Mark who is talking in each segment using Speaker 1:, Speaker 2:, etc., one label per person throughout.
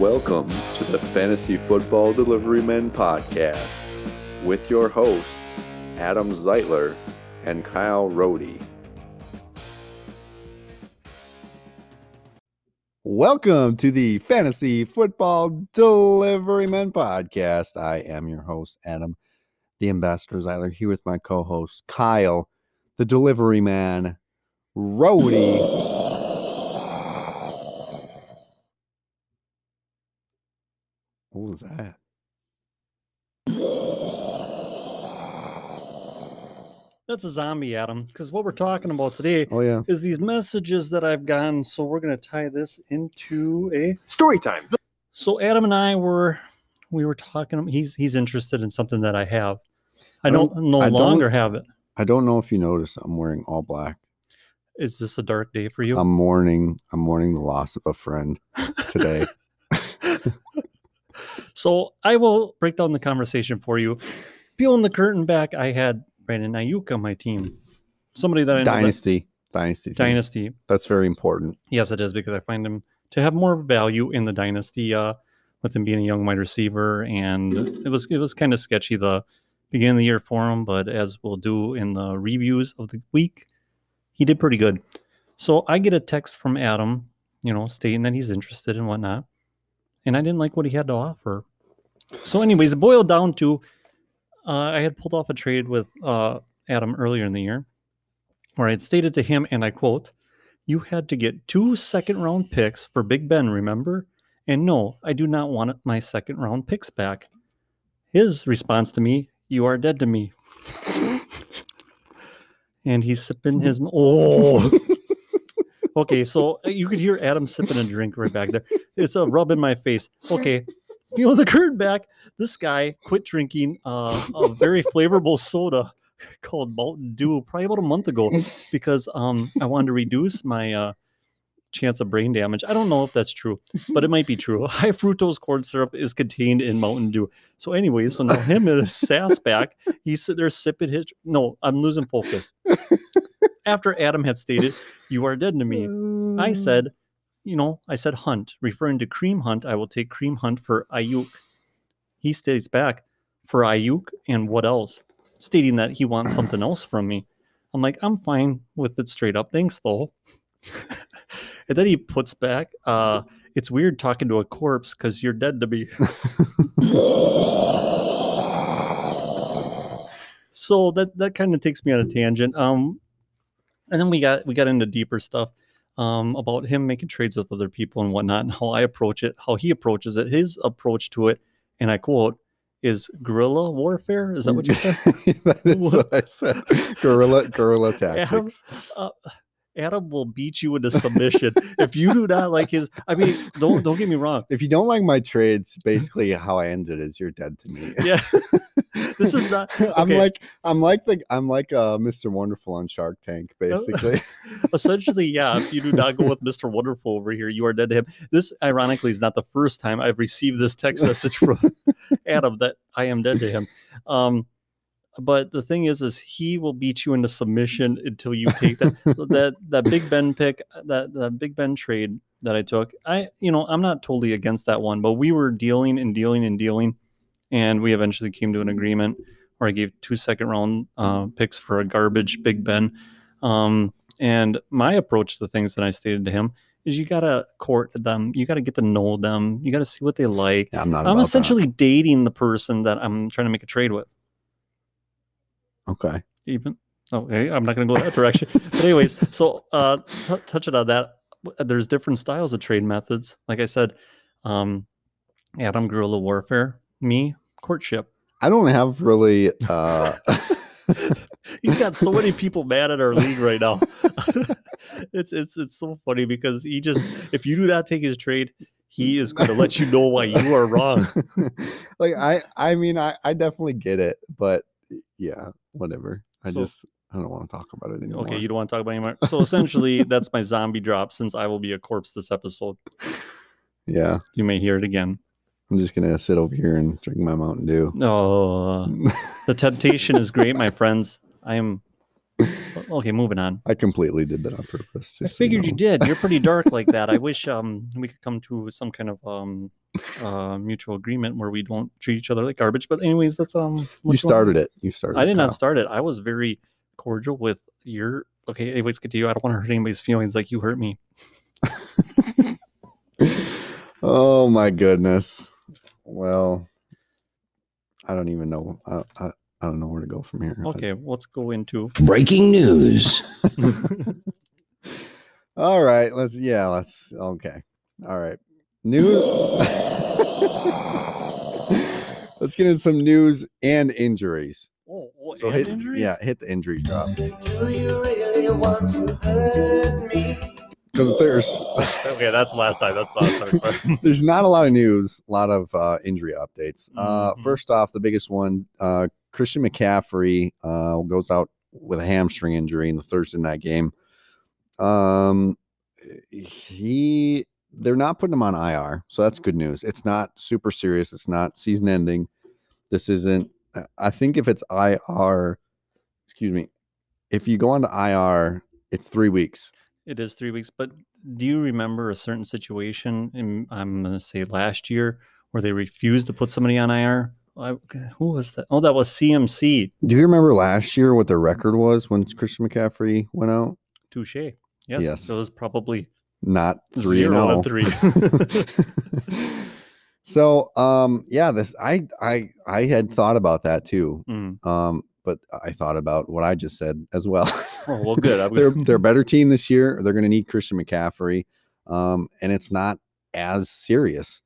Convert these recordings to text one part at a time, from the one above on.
Speaker 1: Welcome to the Fantasy Football Delivery Men podcast with your hosts, Adam Zeitler and Kyle Rohde.
Speaker 2: Welcome to the Fantasy Football Delivery Men podcast. I am your host, Adam, the Ambassador Zeiler, here with my co host, Kyle, the Delivery Man, Rohde. What was that?
Speaker 3: That's a zombie, Adam, because what we're talking about today
Speaker 2: Oh, yeah.
Speaker 3: is these messages that I've gotten. So we're going to tie this into a.
Speaker 4: Story time.
Speaker 3: So Adam and I were, we were talking. He's he's interested in something that I have. I
Speaker 2: I
Speaker 3: don't
Speaker 2: don't-
Speaker 3: no
Speaker 2: Um, I don't-
Speaker 3: longer have it.
Speaker 2: I don't know if you noticed, I'm wearing all black.
Speaker 3: Is this a dark day for you?
Speaker 2: I'm mourning. I'm mourning the loss of a friend today.
Speaker 3: so I will break down the conversation for you. Peeling the curtain back, I had Brandon Ayuk on my team, somebody that I know that-
Speaker 2: Dynasty. Dynasty. team.
Speaker 3: dynasty.
Speaker 2: That's very important.
Speaker 3: Yes, it is because I find him to have more value in the dynasty uh, with him being a young wide receiver, and it was it was kind of sketchy the beginning of the year for him, but as we'll do in the reviews of the week, he did pretty good. So I get a text from Adam, you know, stating that he's interested and whatnot, and I didn't like what he had to offer. So, anyways, it boiled down to uh, I had pulled off a trade with uh, Adam earlier in the year, where I had stated to him, and I quote you had to get two second round picks for Big Ben, remember? And no, I do not want my second round picks back. His response to me, you are dead to me. and he's sipping his oh okay, so uh, you could hear Adam sipping a drink right back there. It's a rub in my face. Okay. You know the curd back. This guy quit drinking uh, a very flavorful soda called Mountain Dew probably about a month ago because um I wanted to reduce my uh chance of brain damage. I don't know if that's true, but it might be true. High fructose corn syrup is contained in Mountain Dew. So anyway, so now him and his sass back, he's sitting there sipping his no, I'm losing focus. After Adam had stated, You are dead to me. I
Speaker 2: Mm.
Speaker 3: said, you know, I said Hunt, referring to Cream Hunt. I will take Cream Hunt for Ayuk. He states back for Ayuk and what else, stating that he wants something else from me. I'm like, I'm fine with it straight up. Thanks, though. and then he puts back, uh, it's weird talking to a corpse because you're dead to me. so that that kind of takes me on a tangent. Um, and then we got we got into deeper stuff um, about him making trades with other people and whatnot, and how I approach it, how he approaches it, his approach to it, and I quote, is guerrilla warfare. Is that what you said?
Speaker 2: that is
Speaker 3: What?
Speaker 2: what I said. Gorilla, gorilla
Speaker 3: Adam,
Speaker 2: tactics.
Speaker 3: uh, Adam will beat you into submission if you do not like his. I mean, don't don't get me wrong.
Speaker 2: If you don't like my trades, basically how I ended is you're dead to me.
Speaker 3: Yeah, this is not.
Speaker 2: I'm
Speaker 3: okay.
Speaker 2: like I'm like the I'm like uh Mr. Wonderful on Shark
Speaker 3: Oh.
Speaker 2: Tank, basically.
Speaker 3: essentially, yeah, if you do not go with Mr. Wonderful over here, you are dead to him. This, ironically, is not the first time I've received this text message from Adam that I am dead to him. Um, but the thing is, is he will beat you into submission until you take that that that Big Ben pick, that that Big Ben trade that I took. I, you know, I'm not totally against that one, but we were dealing and dealing and dealing, and we eventually came to an agreement where I gave two second round uh, picks for a garbage Big Ben. Um, and my approach to things that I stated to him is you gotta court them, you gotta get to know them, you gotta see what they like.
Speaker 2: Yeah, I'm not about
Speaker 3: I'm
Speaker 2: that.
Speaker 3: essentially dating the person that I'm trying to make a trade with.
Speaker 2: okay.
Speaker 3: Even okay, I'm not gonna go that direction. But anyways, so uh, t- touching on that, w- there's different styles of trade methods. Like I said, um, Adam guerrilla warfare, me courtship.
Speaker 2: I don't have really uh
Speaker 3: He's got so many people mad at our league right now. it's it's it's so funny because he just if you do not take his trade, he is going to let you know why you are wrong.
Speaker 2: like I I mean I I definitely get it, but yeah, whatever. I
Speaker 3: So-
Speaker 2: just I don't want to talk about it anymore.
Speaker 3: Okay, you don't want to talk about it anymore. So essentially, that's my zombie drop. Since I will be a corpse this episode,
Speaker 2: yeah.
Speaker 3: you may hear it again.
Speaker 2: I'm just gonna sit over here and drink my Mountain Dew.
Speaker 3: Oh, the temptation is great, my friends. I am Okay, moving on.
Speaker 2: I completely did that on purpose.
Speaker 3: I
Speaker 2: just so you
Speaker 3: figured you
Speaker 2: know.
Speaker 3: did. You're pretty dark like that. I wish um we could come to some kind of um uh mutual agreement where we don't treat each other like garbage. But anyways, that's um what's going
Speaker 2: You
Speaker 3: on?
Speaker 2: started it. You started.
Speaker 3: I did
Speaker 2: Kyle.
Speaker 3: not start it. I was very cordial with your okay, anyways, get to you. I don't want to hurt anybody's feelings like you hurt me.
Speaker 2: oh my goodness. Well, I don't even know. I, I, I don't know where to go from here.
Speaker 3: Okay, let's go into
Speaker 4: Breaking news.
Speaker 2: All right. Let's. Yeah. Let's. Okay. All right. News. let's get into some news and injuries.
Speaker 3: oh, oh,
Speaker 2: So
Speaker 3: and
Speaker 2: hit.
Speaker 3: injuries?
Speaker 2: Yeah. Hit the injury drop
Speaker 5: Do you really want to hurt me?
Speaker 2: because there's
Speaker 3: Okay, that's last time. That's last time.
Speaker 2: there's not a lot of news. A lot of uh, injury updates. Uh,
Speaker 3: Mhm.
Speaker 2: first off, the biggest one: uh, Christian McCaffrey uh, goes out with a hamstring injury in the Thursday night game. Um, he they're not putting him on IR, so that's good news. It's not super serious. It's not season ending. This isn't. I- I think if it's IR, excuse me, if you go on to IR, it's three weeks.
Speaker 3: it is three weeks, but do you remember a certain situation? In, I'm going to say last year where they refused to put somebody on IR. I, who was that? Oh, that was CMC.
Speaker 2: Do you remember last year what the record was when Christian McCaffrey went out?
Speaker 3: Touche. Yes, yes.
Speaker 2: Yes.
Speaker 3: It was probably
Speaker 2: not three
Speaker 3: Zero out
Speaker 2: and oh.
Speaker 3: of three.
Speaker 2: so um yeah this i i i had thought about that too
Speaker 3: mm,
Speaker 2: um but i thought about what i just said as well
Speaker 3: Oh, well, good. I-
Speaker 2: they're they're a better team this year they're going to need christian mccaffrey um and it's not as serious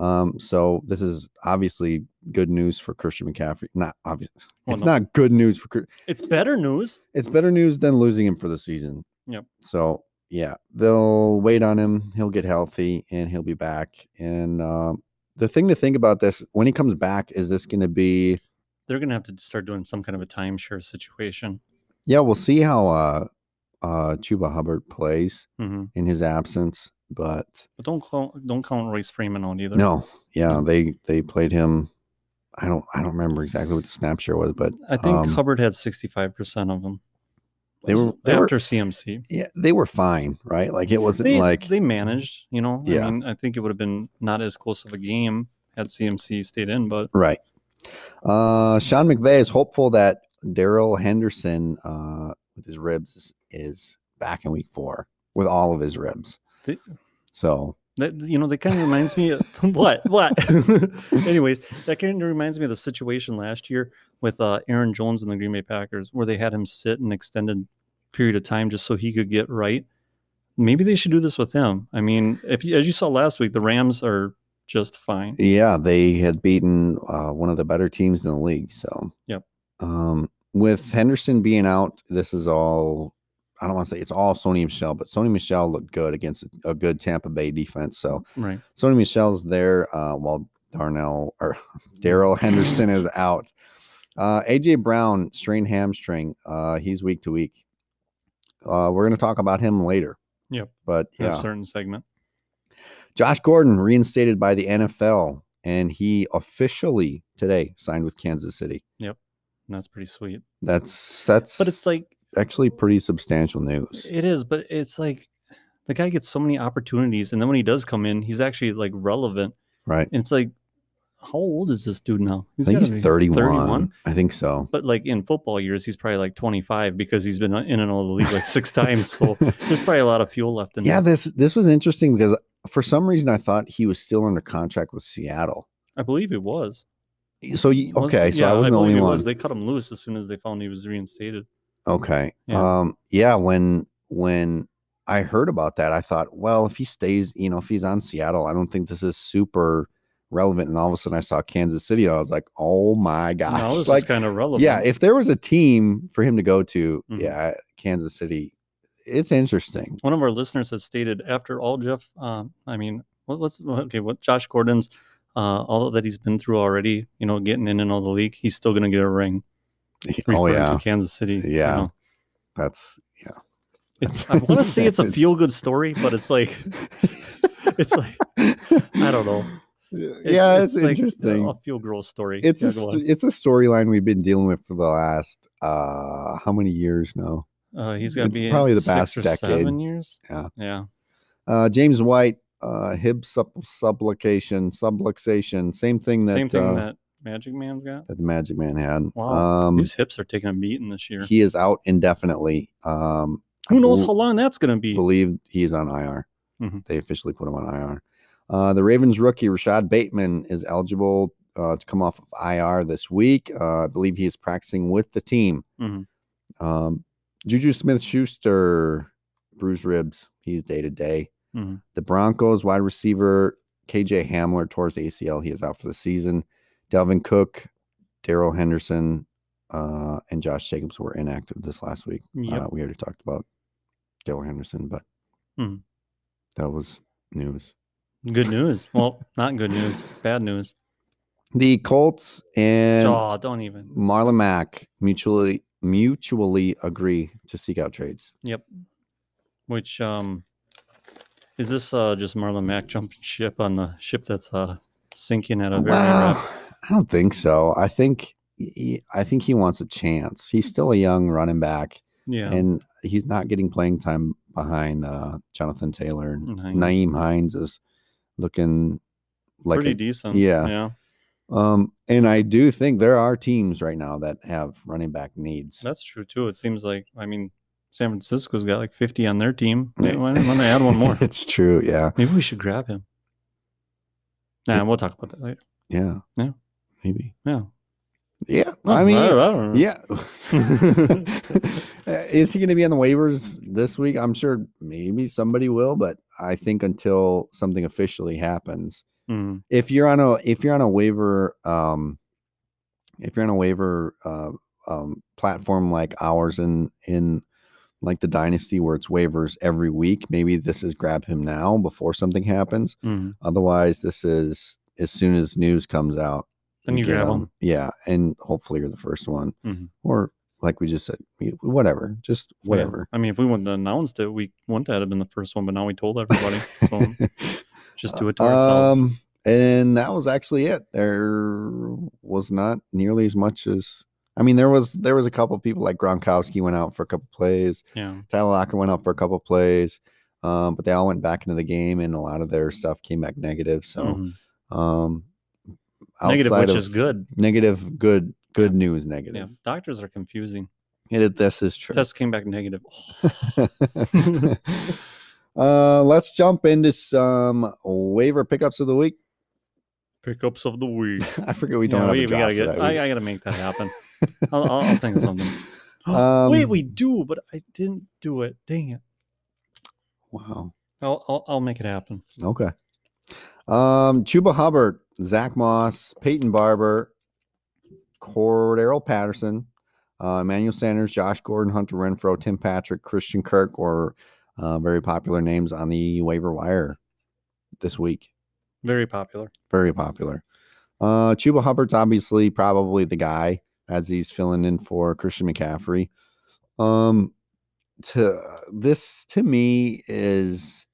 Speaker 2: um so this is obviously good news for christian mccaffrey not obvious
Speaker 3: well,
Speaker 2: it's
Speaker 3: Oh, no.
Speaker 2: not good news for Chris-
Speaker 3: It's better news.
Speaker 2: it's better news than losing him for the season.
Speaker 3: Yep.
Speaker 2: So yeah, they'll wait on him. He'll get healthy and he'll be back. And um, the thing to think about this when he comes back is this going to be?
Speaker 3: They're going to have to start doing some kind of a timeshare situation.
Speaker 2: Yeah, we'll see how uh, uh, Chuba Hubbard plays
Speaker 3: hmm
Speaker 2: in his absence. But
Speaker 3: But don't call, don't count Royce Freeman out either.
Speaker 2: no, yeah, they they played him. I don't I don't remember exactly what the snap share was, but
Speaker 3: I think
Speaker 2: um,
Speaker 3: Hubbard had 65% of them.
Speaker 2: They were- they were-
Speaker 3: after CMC.
Speaker 2: yeah, they were fine, right? Like it wasn't
Speaker 3: they,
Speaker 2: like
Speaker 3: they managed, you know.
Speaker 2: Yeah.
Speaker 3: I mean, I think it would have been not as close of a game had CMC stayed in, but
Speaker 2: Right. Uh, Sean McVay is hopeful that Daryl Henderson uh, with his ribs is, is back in week four with all of his ribs.
Speaker 3: Th-
Speaker 2: So
Speaker 3: that you know, that kind of reminds me of what what. Anyways, that kind of reminds me of the situation last year with uh, Aaron Jones and the Green Bay Packers, where they had him sit an extended period of time just so he could get right. Maybe they should do this with him. I mean, if you, as you saw last week, the Rams are just fine.
Speaker 2: yeah, they had beaten uh, one of the better teams in the league. So
Speaker 3: Yep.
Speaker 2: Um, with Henderson being out, this is all. I don't want to say it's all Sony Michelle, but Sony Michelle looked good against a- a good Tampa Bay defense. So
Speaker 3: Right.
Speaker 2: Sony Michelle's there uh, while Darnell or Daryl Henderson is out. Uh, AJ Brown strained hamstring. Uh, he's week to week. Uh, we're going to talk about him later.
Speaker 3: Yep.
Speaker 2: But
Speaker 3: in
Speaker 2: yeah,
Speaker 3: A certain segment.
Speaker 2: Josh Gordon reinstated by the NFL, and he officially today signed with Kansas City.
Speaker 3: And that's pretty sweet.
Speaker 2: That's that's
Speaker 3: But it's like
Speaker 2: actually pretty substantial news.
Speaker 3: It is, but it's like the guy gets so many opportunities, and then when he does come in, he's actually like relevant.
Speaker 2: Right.
Speaker 3: And it's like, how old is this dude now?
Speaker 2: I think
Speaker 3: gotta
Speaker 2: he's
Speaker 3: be
Speaker 2: 31. I think so.
Speaker 3: But like in football years, he's probably like 25 because he's been in and out of the league like six times. So there's probably a lot of fuel left in
Speaker 2: yeah,
Speaker 3: there.
Speaker 2: this this was interesting because for some reason I thought he was still under contract with Seattle.
Speaker 3: I believe it was.
Speaker 2: So you,
Speaker 3: Was-
Speaker 2: okay, so
Speaker 3: yeah,
Speaker 2: I wasn't the
Speaker 3: believe
Speaker 2: only
Speaker 3: it
Speaker 2: one.
Speaker 3: was. They cut him loose as soon as they found he was reinstated.
Speaker 2: Okay.
Speaker 3: Yeah.
Speaker 2: Um yeah, when when I heard about that, I thought, well, if he stays, you know, if he's on Seattle, I don't think this is super relevant. And all of a sudden I saw Kansas City and I was like, oh my
Speaker 3: now
Speaker 2: gosh.
Speaker 3: this is
Speaker 2: like
Speaker 3: kind of relevant.
Speaker 2: yeah, if there was a team for him to go to,
Speaker 3: Mhm.
Speaker 2: yeah, Kansas City. It's interesting.
Speaker 3: one of our listeners has stated after all jeff um, i mean what, what's okay what josh gordon's uh, all that he's been through already you know getting in and all the league he's still going to get a ring
Speaker 2: Oh
Speaker 3: referring to
Speaker 2: yeah.
Speaker 3: kansas city you
Speaker 2: Yeah.
Speaker 3: know.
Speaker 2: That's yeah.
Speaker 3: it's i want to say it's a
Speaker 2: That's-
Speaker 3: feel good story but it's like it's like i don't know It's-
Speaker 2: Yeah, it's,
Speaker 3: like uh,
Speaker 2: interesting.
Speaker 3: a feel gross story
Speaker 2: it's
Speaker 3: Yeah,
Speaker 2: a
Speaker 3: go
Speaker 2: st-
Speaker 3: on.
Speaker 2: it's a storyline we've been dealing with for the last uh how many years now
Speaker 3: Uh, he's got to
Speaker 2: It's
Speaker 3: be
Speaker 2: probably the
Speaker 3: six
Speaker 2: past
Speaker 3: or
Speaker 2: decade.
Speaker 3: seven years.
Speaker 2: Yeah.
Speaker 3: yeah.
Speaker 2: Uh, James White, uh, Hib sub- subluxation, subluxation, same thing that,
Speaker 3: Same thing
Speaker 2: uh,
Speaker 3: that Magic Man's got.
Speaker 2: that the Magic Man had.
Speaker 3: Wow.
Speaker 2: Um,
Speaker 3: These hips are taking a beating this year.
Speaker 2: he is out indefinitely. Um, I
Speaker 3: Who knows
Speaker 2: bel-
Speaker 3: how long that's going to be?
Speaker 2: Believe he is on IR.
Speaker 3: Mhm.
Speaker 2: They officially put him on IR. Uh, the Ravens rookie Rashad Bateman is eligible uh, to come off of IR this week. Uh, I believe he is practicing with the team.
Speaker 3: Mhm.
Speaker 2: Um, Juju Smith Schuster, bruised ribs. He's day to day.
Speaker 3: Mhm.
Speaker 2: The Broncos wide receiver KJ Hamler towards ACL. He is out for the season. Delvin Cook, Daryl Henderson, uh, and Josh Jacobs were inactive this last week.
Speaker 3: Yep.
Speaker 2: Uh, we already talked about Daryl Henderson, but
Speaker 3: Mhm.
Speaker 2: that was news.
Speaker 3: Good news. Well, not good news. Bad news.
Speaker 2: The Colts and
Speaker 3: oh, don't even.
Speaker 2: Marlon Mack mutually mutually agree to seek out trades.
Speaker 3: Yep. Which um is this uh just Marlon Mack jumping ship on the ship that's uh sinking at a very
Speaker 2: Well,
Speaker 3: rapid
Speaker 2: I don't think so. I think he, I think he wants a chance. He's still a young running back.
Speaker 3: yeah.
Speaker 2: and he's not getting playing time behind uh, Jonathan Taylor. And
Speaker 3: and Mm, Hines.
Speaker 2: Naeem Hines is looking like
Speaker 3: pretty
Speaker 2: a-
Speaker 3: decent.
Speaker 2: yeah.
Speaker 3: Yeah.
Speaker 2: um, and I do think there are teams right now that have running back needs.
Speaker 3: That's true too. It seems like I mean San Francisco's got like 50 on their team.
Speaker 2: Yeah.
Speaker 3: Why why don't they add one more?
Speaker 2: it's true, yeah,
Speaker 3: Maybe we should grab him. Nah, we'll talk about that later.
Speaker 2: yeah,
Speaker 3: Yeah. Oh,
Speaker 2: maybe,
Speaker 3: Yeah.
Speaker 2: yeah. I mean,
Speaker 3: don't know.
Speaker 2: yeah. Uh, Is he going to be on the waivers this week? I'm sure maybe somebody will, but I think until something officially happens,
Speaker 3: Mm,
Speaker 2: if you're on a if you're on a waiver um if you're on a waiver uh, um platform like ours in in like the dynasty where it's waivers every week maybe this is grab him now before something happens
Speaker 3: mm.
Speaker 2: otherwise this is as soon as news comes out
Speaker 3: Then you
Speaker 2: get
Speaker 3: grab
Speaker 2: 'em.
Speaker 3: him.
Speaker 2: yeah and hopefully you're the first one
Speaker 3: Mhm.
Speaker 2: or like we just said you- whatever just
Speaker 3: Yeah.
Speaker 2: whatever
Speaker 3: I mean, if we wouldn't have announced it, we wouldn't have been the first one, but now we told everybody. So just do it to ourselves.
Speaker 2: Um, and that was actually it. There was not nearly as much as I mean, there was there was a couple people like Gronkowski went out for a couple plays,
Speaker 3: Yeah.
Speaker 2: Tyler Locker went out for a couple plays, um, but they all went back into the game, and a lot of their stuff came back negative. So,
Speaker 3: Mhm.
Speaker 2: um,
Speaker 3: Negative,
Speaker 2: outside of
Speaker 3: which is good.
Speaker 2: negative, good good news,
Speaker 3: Yeah.
Speaker 2: negative.
Speaker 3: Doctors are confusing.
Speaker 2: Hit it. This is true.
Speaker 3: Test came back negative.
Speaker 2: uh, let's jump into some waiver pickups of the week.
Speaker 3: Pickups of the week.
Speaker 2: I forget we don't have
Speaker 3: we,
Speaker 2: a
Speaker 3: we
Speaker 2: draft
Speaker 3: gotta
Speaker 2: for
Speaker 3: get.
Speaker 2: that week.
Speaker 3: I, I gotta make that happen. I'll, I'll, I'll think of something. Wait,
Speaker 2: Um,
Speaker 3: we do, but I didn't do it. Dang it!
Speaker 2: Wow.
Speaker 3: I'll I'll, I'll make it happen.
Speaker 2: Okay. Um, Chuba Hubbard, Zach Moss, Peyton Barber, Cordero Patterson, uh, Emmanuel Sanders, Josh Gordon, Hunter Renfro, Tim Patrick, Christian Kirk, or uh, very popular names on the waiver wire this week.
Speaker 3: Very popular.
Speaker 2: Very popular. Uh, Chuba Hubbard's obviously probably the guy as he's filling in for Christian McCaffrey. Um, to this to me is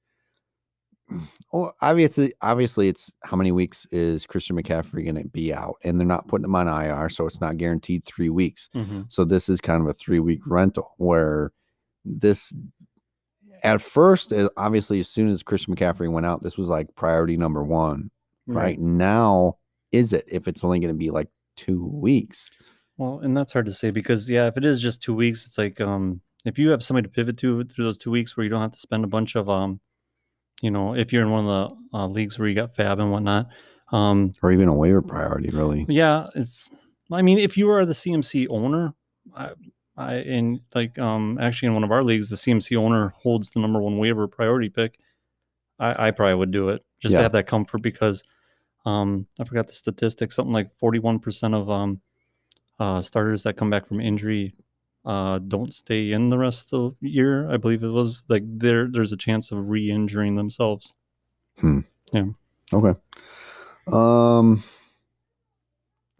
Speaker 2: well, obviously, obviously, it's how many weeks is Christian McCaffrey going to be out, and they're not putting him on IR, so it's not guaranteed three weeks.
Speaker 3: Mm-hmm.
Speaker 2: So this is kind of a three week rental where this at first is obviously as soon as Christian McCaffrey went out, this was like priority number one. right now, is it if it's only going to be like two weeks?
Speaker 3: Well, and that's hard to say because yeah, if it is just two weeks, it's like um, if you have somebody to pivot to through those two weeks where you don't have to spend a bunch of um, you know, if you're in one of the uh, leagues where you got Fab and whatnot, um,
Speaker 2: or even a waiver priority, really.
Speaker 3: yeah, it's. I mean, if you are the CMC owner, I, I in like um actually in one of our leagues, the CMC owner holds the number one waiver priority pick. I, I probably would do it just
Speaker 2: Yeah.
Speaker 3: to have that comfort because um I forgot the statistic, something like forty one percent of um uh, starters that come back from injury uh, don't stay in the rest of the year. I believe it was like there there's a chance of re-injuring themselves.
Speaker 2: Okay. Um,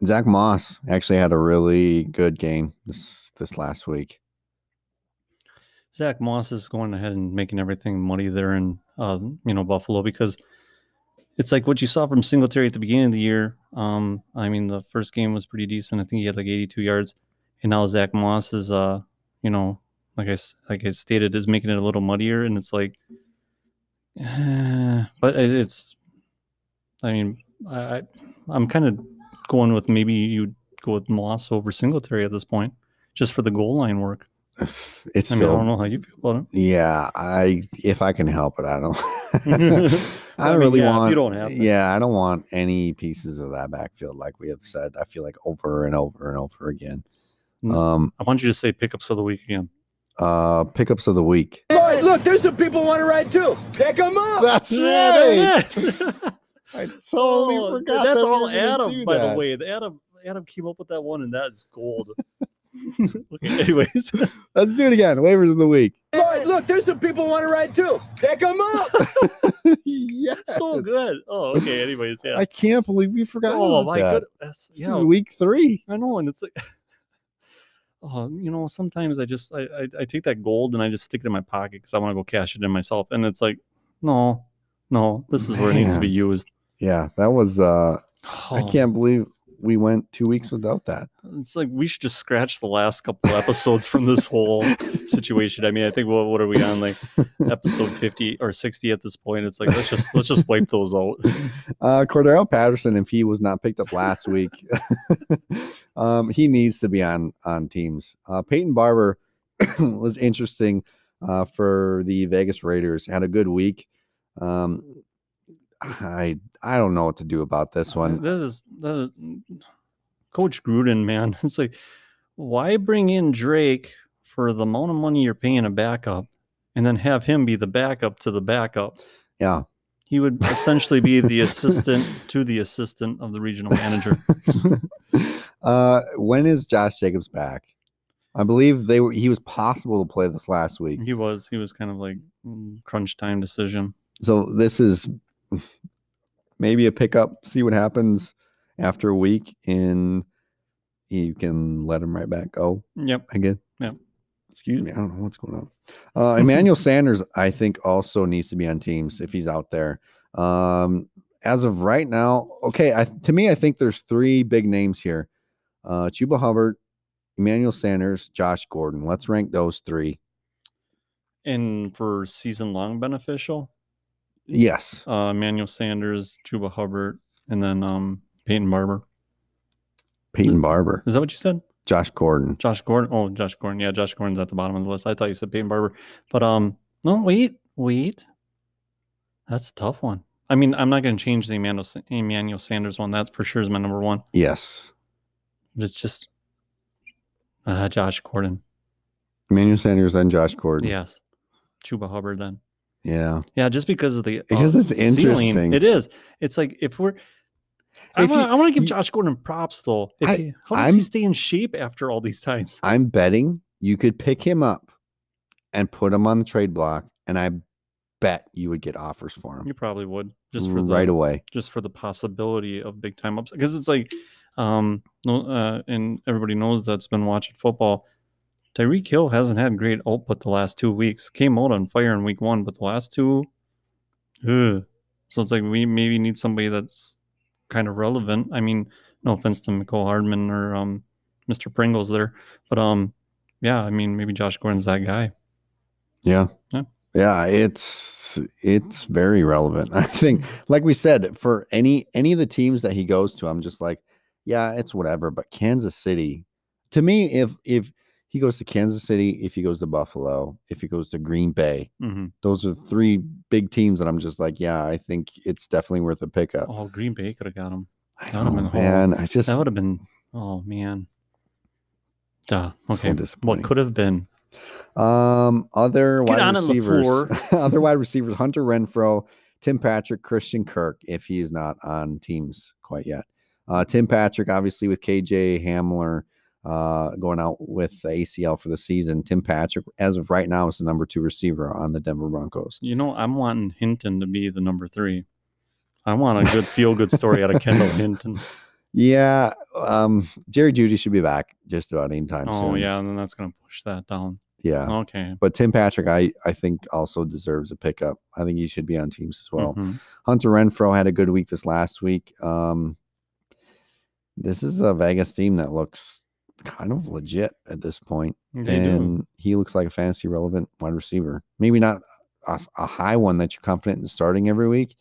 Speaker 2: Zach Moss actually had a really good game this this last week.
Speaker 3: Zach Moss is going ahead and making everything muddy there in uh, you know Buffalo because it's like what you saw from Singletary at the beginning of the year. Um, I mean, the first game was pretty decent. I think he had like 82 yards, and now Zach Moss is uh, you know like I s- like I stated, is making it a little muddier, and it's like, eh, but it, it's, I mean, I, I I'm kind of going with maybe you go with Moss over Singletary at this point, just for the goal line work.
Speaker 2: It's
Speaker 3: I mean, I
Speaker 2: still
Speaker 3: don't know how you feel about it.
Speaker 2: yeah. I if I can help it, I don't. I
Speaker 3: I
Speaker 2: don't
Speaker 3: mean,
Speaker 2: really
Speaker 3: yeah, if
Speaker 2: want.
Speaker 3: you don't have to.
Speaker 2: yeah, I don't want any pieces of that backfield. Like we have said, I feel like over and over and over again.
Speaker 3: Mm.
Speaker 2: Um,
Speaker 3: I want you to say pickups of the week again.
Speaker 2: uh, pickups of the week.
Speaker 5: Lloyd, look, there's some people want to ride too. Pick 'em up.
Speaker 2: That's
Speaker 3: Yeah,
Speaker 2: right.
Speaker 3: there it is.
Speaker 2: I totally
Speaker 3: Oh,
Speaker 2: forgot.
Speaker 3: That's
Speaker 2: that we
Speaker 3: all
Speaker 2: were gonna
Speaker 3: Adam,
Speaker 2: do
Speaker 3: by the
Speaker 2: that.
Speaker 3: way. The Adam Adam came up with that one, and that's gold. okay, anyways,
Speaker 2: Let's do it again. Waivers of the week.
Speaker 5: Lloyd, look, there's some people want to ride too. Pick 'em up.
Speaker 2: yes.
Speaker 3: so good. Oh, okay. Anyways, yeah.
Speaker 2: I can't believe we forgot.
Speaker 3: oh
Speaker 2: about
Speaker 3: my
Speaker 2: that.
Speaker 3: goodness.
Speaker 2: This
Speaker 3: Yeah,
Speaker 2: is week three.
Speaker 3: I know, and it's like, oh, you know, sometimes I just I, I I take that gold and I just stick it in my pocket because I want to go cash it in myself, and it's like, no, no, this is where it needs to be used.
Speaker 2: Yeah, that was. uh I
Speaker 3: Oh,
Speaker 2: can't believe we went two weeks without that.
Speaker 3: It's like we should just scratch the last couple episodes from Oh, this whole situation. I mean, I think what what are we on like episode fifty or sixty at this point? It's like let's just let's just wipe those out.
Speaker 2: Uh, Cordero Patterson, if he was not picked up last week, um, he needs to be on on teams. Uh, Peyton Barber was interesting uh, for the Vegas Raiders. Had a good week. Um, I I don't know what to do about this one.
Speaker 3: That is, that is Coach Gruden, man. It's like, why bring in Drake for the amount of money you're paying a backup, and then have him be the backup to the backup?
Speaker 2: Yeah,
Speaker 3: He would essentially be the assistant to the assistant of the regional manager.
Speaker 2: uh, when is Josh Jacobs back? I believe they were, he was possible to play this last week.
Speaker 3: He was he was kind of like mm, crunch time decision.
Speaker 2: So this is maybe a pickup. See what happens after a week, and you can let him right back go
Speaker 3: Yep.
Speaker 2: again.
Speaker 3: Yeah.
Speaker 2: Excuse me. I don't know what's going on. Uh, Emmanuel Sanders, I think, also needs to be on teams if he's out there. Um, as of right now, okay. I, to me, I think there's three big names here: uh, Chuba Hubbard, Emmanuel Sanders, Josh Gordon. Let's rank those three.
Speaker 3: And for season long beneficial,
Speaker 2: Yes.
Speaker 3: uh, Emmanuel Sanders, Chuba Hubbard, and then um, Peyton Barber.
Speaker 2: Peyton Barber,
Speaker 3: Is that what you said?
Speaker 2: Josh Gordon.
Speaker 3: Josh Gordon. Oh, Josh Gordon. Yeah, Josh Gordon's at the bottom of the list. I thought you said Peyton Barber, but um, no, wait, wait. That's a tough one. I mean, I'm not going to change the Emmanuel, Sa- Emmanuel Sanders one. That for sure is my number one.
Speaker 2: Yes.
Speaker 3: But it's just uh, Josh Gordon.
Speaker 2: Emmanuel Sanders then Josh Gordon.
Speaker 3: Yes, Chuba Hubbard. Then
Speaker 2: Yeah.
Speaker 3: yeah, just because of the uh,
Speaker 2: Because it's interesting.
Speaker 3: It is. It's like if we're. I
Speaker 2: If you-
Speaker 3: want, I want to give
Speaker 2: you-
Speaker 3: Josh Gordon props though. If
Speaker 2: I-
Speaker 3: he, how does he
Speaker 2: I'm-
Speaker 3: stay in shape after all these times?
Speaker 2: I'm betting you could pick him up and put him on the trade block, and I bet you would get offers for him
Speaker 3: You probably would just for the,
Speaker 2: right away.
Speaker 3: just for the possibility of big time ups because it's like um no uh, and everybody knows that's been watching football Tyreek Hill hasn't had great output the last two weeks came out on fire in week one but the last two ugh. so it's like we maybe need somebody that's kind of relevant I mean no offense to Nicole Hardman or um Mr. Pringles there but um yeah I mean maybe Josh Gordon's that guy
Speaker 2: Yeah.
Speaker 3: Yeah.
Speaker 2: Yeah, it's it's very relevant. I think like we said for any any of the teams that he goes to, I'm just like, yeah, it's whatever, but Kansas City to me if if he goes to Kansas City, if he goes to Buffalo, if he goes to Green Bay,
Speaker 3: mm-hmm.
Speaker 2: those are three big teams that I'm just like, yeah, I think it's definitely worth a pickup.
Speaker 3: oh Green Bay could have got him
Speaker 2: I
Speaker 3: Not a
Speaker 2: know,
Speaker 3: manhole.
Speaker 2: Oh, man. I just
Speaker 3: That would have been. Oh man. Duh.
Speaker 2: so
Speaker 3: Okay. what
Speaker 2: disappointing.
Speaker 3: could have been?
Speaker 2: um other
Speaker 3: Get
Speaker 2: wide
Speaker 3: on in the floor.
Speaker 2: receivers, other wide receivers, Hunter Renfro, Tim Patrick, Christian Kirk, if he is not on teams quite yet. Uh, Tim Patrick, obviously with KJ Hamler uh, going out with the ACL for the season. Tim Patrick, as of right now, is the number two receiver on the Denver Broncos.
Speaker 3: You know, I'm wanting Hinton to be the number three. I want a good feel good story out of Kendall Hinton.
Speaker 2: Yeah, um, Jerry Judy should be back just about anytime soon.
Speaker 3: oh yeah, Oh. and then that's gonna push that down.
Speaker 2: yeah.
Speaker 3: Okay.
Speaker 2: But Tim Patrick, I, I think also deserves a pickup. I think he should be on teams as well.
Speaker 3: Mhm.
Speaker 2: Hunter Renfro had a good week this last week. Um, this is a Vegas team that looks kind of legit at this point.
Speaker 3: They do.
Speaker 2: and he looks like a fantasy relevant wide receiver. Maybe not a, s- a high one that you're confident in starting every week,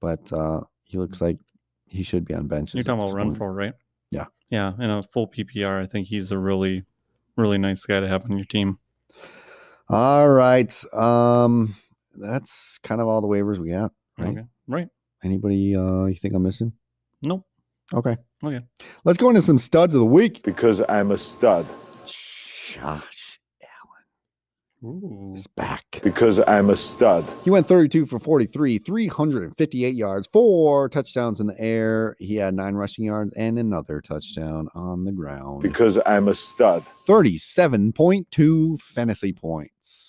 Speaker 2: but uh, he looks like he should be on benches.
Speaker 3: You're
Speaker 2: at
Speaker 3: talking about
Speaker 2: this
Speaker 3: run
Speaker 2: point.
Speaker 3: for, right?
Speaker 2: Yeah.
Speaker 3: Yeah. In a full PPR, I think he's a really, really nice guy to have on your team.
Speaker 2: All right. Um, that's kind of all the waivers we got. Right.
Speaker 3: Okay. Right.
Speaker 2: Anybody uh, you think I'm missing?
Speaker 3: Nope.
Speaker 2: Okay.
Speaker 3: Okay.
Speaker 2: Let's go into some studs of the week.
Speaker 4: because I'm a stud.
Speaker 2: Josh
Speaker 3: Ooh.
Speaker 2: is back.
Speaker 4: Because I'm a stud.
Speaker 2: He went 32 for 43, 358 yards, four touchdowns in the air. He had nine rushing yards and another touchdown on the ground.
Speaker 4: Because I'm a stud.
Speaker 2: 37.2 fantasy points.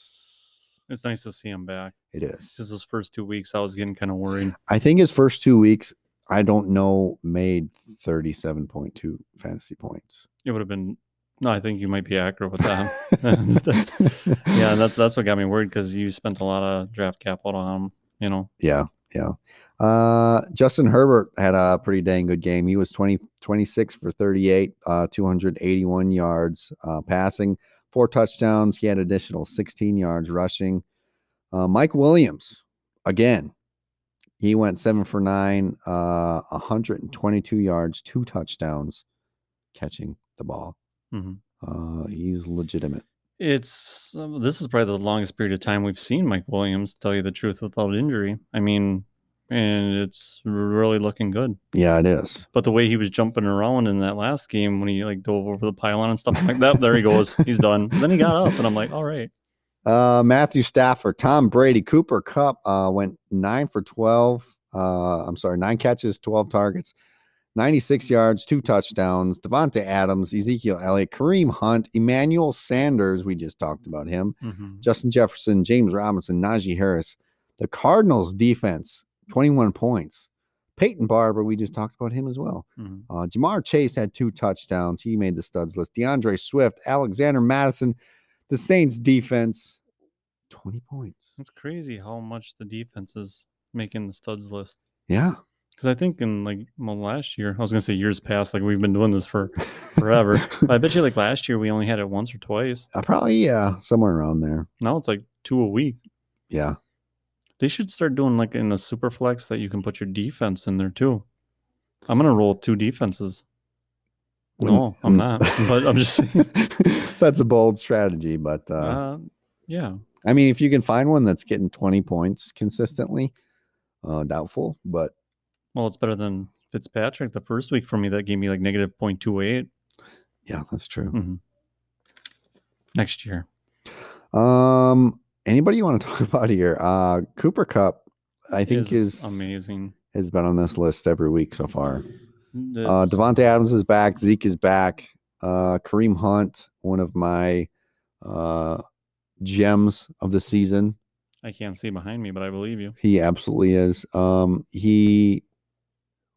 Speaker 3: It's nice to see him back.
Speaker 2: It is.
Speaker 3: Since those first two weeks, I was getting kind of worried.
Speaker 2: I think his first two weeks, I don't know, made 37.2 fantasy points.
Speaker 3: It would have been. No, I think you might be accurate with that. Uh-huh. That's- yeah, and that's that's what got me worried because you spent a lot of draft capital on him. You know,
Speaker 2: Yeah, yeah. Uh, Justin Herbert had a pretty dang good game. He was 20, 26 for 38, uh, 281 yards uh, passing, four touchdowns. He had additional 16 yards rushing. Uh, Mike Williams, again, he went seven for nine, uh, 122 yards, two touchdowns, catching the ball.
Speaker 3: Mhm.
Speaker 2: Uh, he's legitimate.
Speaker 3: it's uh, this is probably the longest period of time we've seen Mike Williams. to Tell you the truth, without injury, I mean, and it's really looking good.
Speaker 2: Yeah, it is.
Speaker 3: But the way he was jumping around in that last game when he like dove over the pylon and stuff I'm like that, there he goes, he's done. Then he got up, and I'm like, all right,
Speaker 2: Uh, Matthew Stafford, Tom Brady, Cooper Cup uh, went nine for 12. Uh, I'm sorry, nine catches, 12 targets, 96 yards, two touchdowns. Devonta Adams, Ezekiel Elliott, Kareem Hunt, Emmanuel Sanders. We just talked about him.
Speaker 3: Mhm.
Speaker 2: Justin Jefferson, James Robinson, Najee Harris. The Cardinals defense, 21 points. Peyton Barber, we just talked about him as well.
Speaker 3: Mhm.
Speaker 2: Uh, Jamar Chase had two touchdowns. He made the studs list. DeAndre Swift, Alexander Madison, the Saints defense, 20 points.
Speaker 3: it's crazy how much the defense is making the studs list.
Speaker 2: Yeah.
Speaker 3: Because I think in like well, last year, I was gonna say years past, like we've been doing this for forever. but I bet you like last year we only had it once or twice.
Speaker 2: Uh, probably, yeah, somewhere around there.
Speaker 3: Now it's like two a week.
Speaker 2: Yeah.
Speaker 3: They should start doing like in the super flex that you can put your defense in there too. I'm gonna roll two defenses. No, I'm not, but I'm just saying.
Speaker 2: that's a bold strategy, but uh,
Speaker 3: Uh, yeah.
Speaker 2: I mean, if you can find one that's getting 20 points consistently, uh, doubtful, but
Speaker 3: Well, it's better than Fitzpatrick the first week for me that gave me like negative 0.28
Speaker 2: yeah, that's true.
Speaker 3: next year. Hmm.
Speaker 2: Um, anybody you want to talk about here? Uh, Cooper Cup, I think
Speaker 3: is,
Speaker 2: is
Speaker 3: amazing.
Speaker 2: has been on this list every week so far.
Speaker 3: The-
Speaker 2: Uh, Devonte Adams is back. Zeke is back. Uh, Kareem Hunt, one of my uh, gems of the season,
Speaker 3: I can't see behind me, but I believe you.
Speaker 2: he absolutely is. Um, he,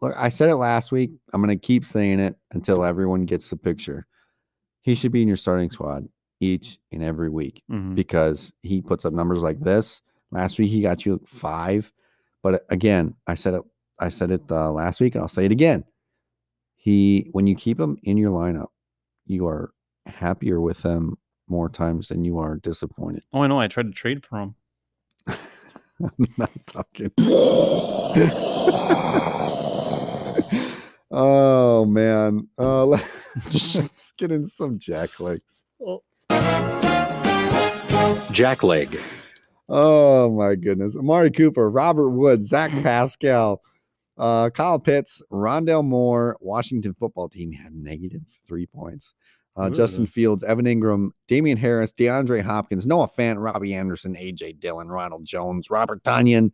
Speaker 2: look, I said it last week. I'm going to keep saying it until everyone gets the picture. He should be in your starting squad each and every week
Speaker 3: Mhm.
Speaker 2: because he puts up numbers like this. Last week he got you five, but uh, again, I said it. I said it uh, last week, and I'll say it again. He, when you keep him in your lineup, you are happier with him more times than you are disappointed.
Speaker 3: Oh, I know. I tried to trade for him.
Speaker 2: I'm not talking. oh man, uh, let's, let's get in some jack legs.
Speaker 1: Jack leg.
Speaker 2: Oh my goodness. Amari Cooper, Robert Woods, Zach Pascal, uh, Kyle Pitts, Rondell Moore, Washington football team had negative three points. Uh,
Speaker 3: Ooh.
Speaker 2: Justin Fields, Evan Ingram, Damian Harris, DeAndre Hopkins, Noah Fant, Robbie Anderson, AJ Dillon, Ronald Jones, Robert Tanyan,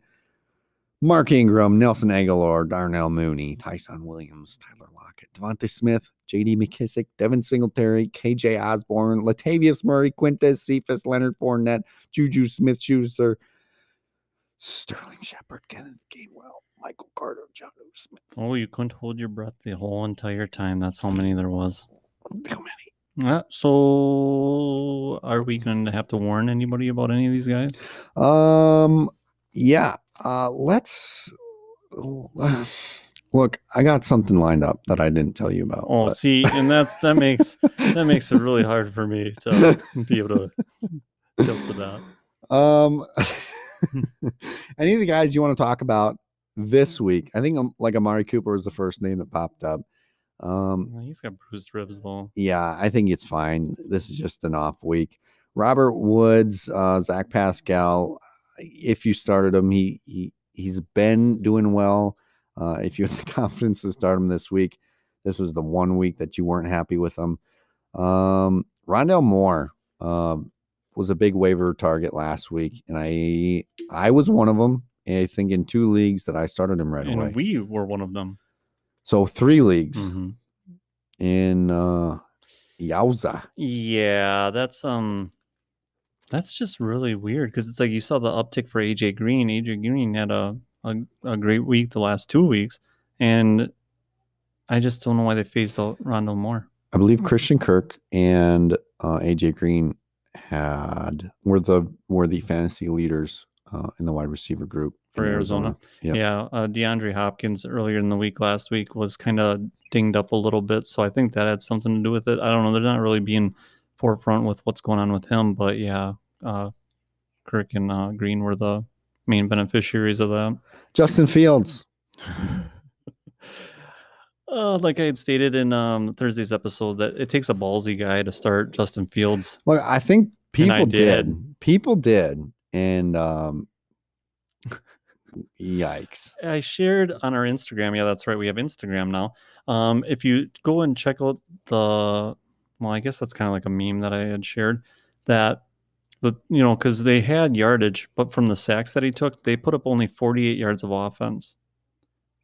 Speaker 2: Mark Ingram, Nelson Aguilar, Darnell Mooney, Tyson Williams, Tyler Lockett, Devontae Smith, JD McKissick, Devin Singletary, KJ Osborne, Latavius Murray, Quintez Cephas, Leonard Fournette, Juju Smith Schuster, Sterling Shepard, Kenneth Gainwell, Michael Carter, John Smith.
Speaker 3: Oh, you couldn't hold your breath the whole entire time. That's how many there was.
Speaker 2: How many?
Speaker 3: Uh, so, are we going to have to warn anybody about any of these guys?
Speaker 2: Um yeah. Uh let's l- Look, I got something lined up that I didn't tell you about.
Speaker 3: Oh,
Speaker 2: but-
Speaker 3: see, and that's that makes that makes it really hard for me to be able to tilt to that.
Speaker 2: Um, any of the guys you want to talk about this
Speaker 3: Hmm.
Speaker 2: week? I think um, like Amari Cooper was the first name that popped up. Um,
Speaker 3: Well, He's got bruised ribs though.
Speaker 2: yeah, I think it's fine. This is just an off week. Robert Woods, uh, Zach Pascal. If you started him, he, he he's been doing well. Uh, if you had the confidence to start him this week, this was the one week that you weren't happy with him. Um, Rondell Moore um, was a big waiver target last week, and I I was one of them. I think in two leagues that I started him right
Speaker 3: and
Speaker 2: away.
Speaker 3: we were one of them.
Speaker 2: so three leagues
Speaker 3: Mhm.
Speaker 2: in uh, Yowza.
Speaker 3: Yeah, that's um that's just really weird because it's like you saw the uptick for AJ Green. AJ Green had a, a a great week the last two weeks, and I just don't know why they phased out Rondell
Speaker 2: I
Speaker 3: Moore. Mm-hmm.
Speaker 2: believe Christian Kirk and uh, AJ Green had were the were the fantasy leaders uh, in the wide receiver group
Speaker 3: For
Speaker 2: in
Speaker 3: Arizona.
Speaker 2: Yep.
Speaker 3: Yeah, uh, DeAndre Hopkins earlier in the week last week was kind of dinged up a little bit, so I think that had something to do with it. I don't know; they're not really being forefront with what's going on with him, but yeah, uh, Kirk and uh, Green were the main beneficiaries of that.
Speaker 2: Justin Fields.
Speaker 3: Uh, like I had stated in um, Thursday's episode, that it takes a ballsy guy to start Justin Fields.
Speaker 2: Look, I think
Speaker 3: And
Speaker 2: people
Speaker 3: I
Speaker 2: did.
Speaker 3: did.
Speaker 2: People did, and um, yikes!
Speaker 3: I shared on our Instagram. Yeah, that's right. We have Instagram now. Um, if you go and check out the, well, I guess that's kind of like a meme that I had shared that the you know because they had yardage, but from the sacks that he took, they put up only 48 yards of offense.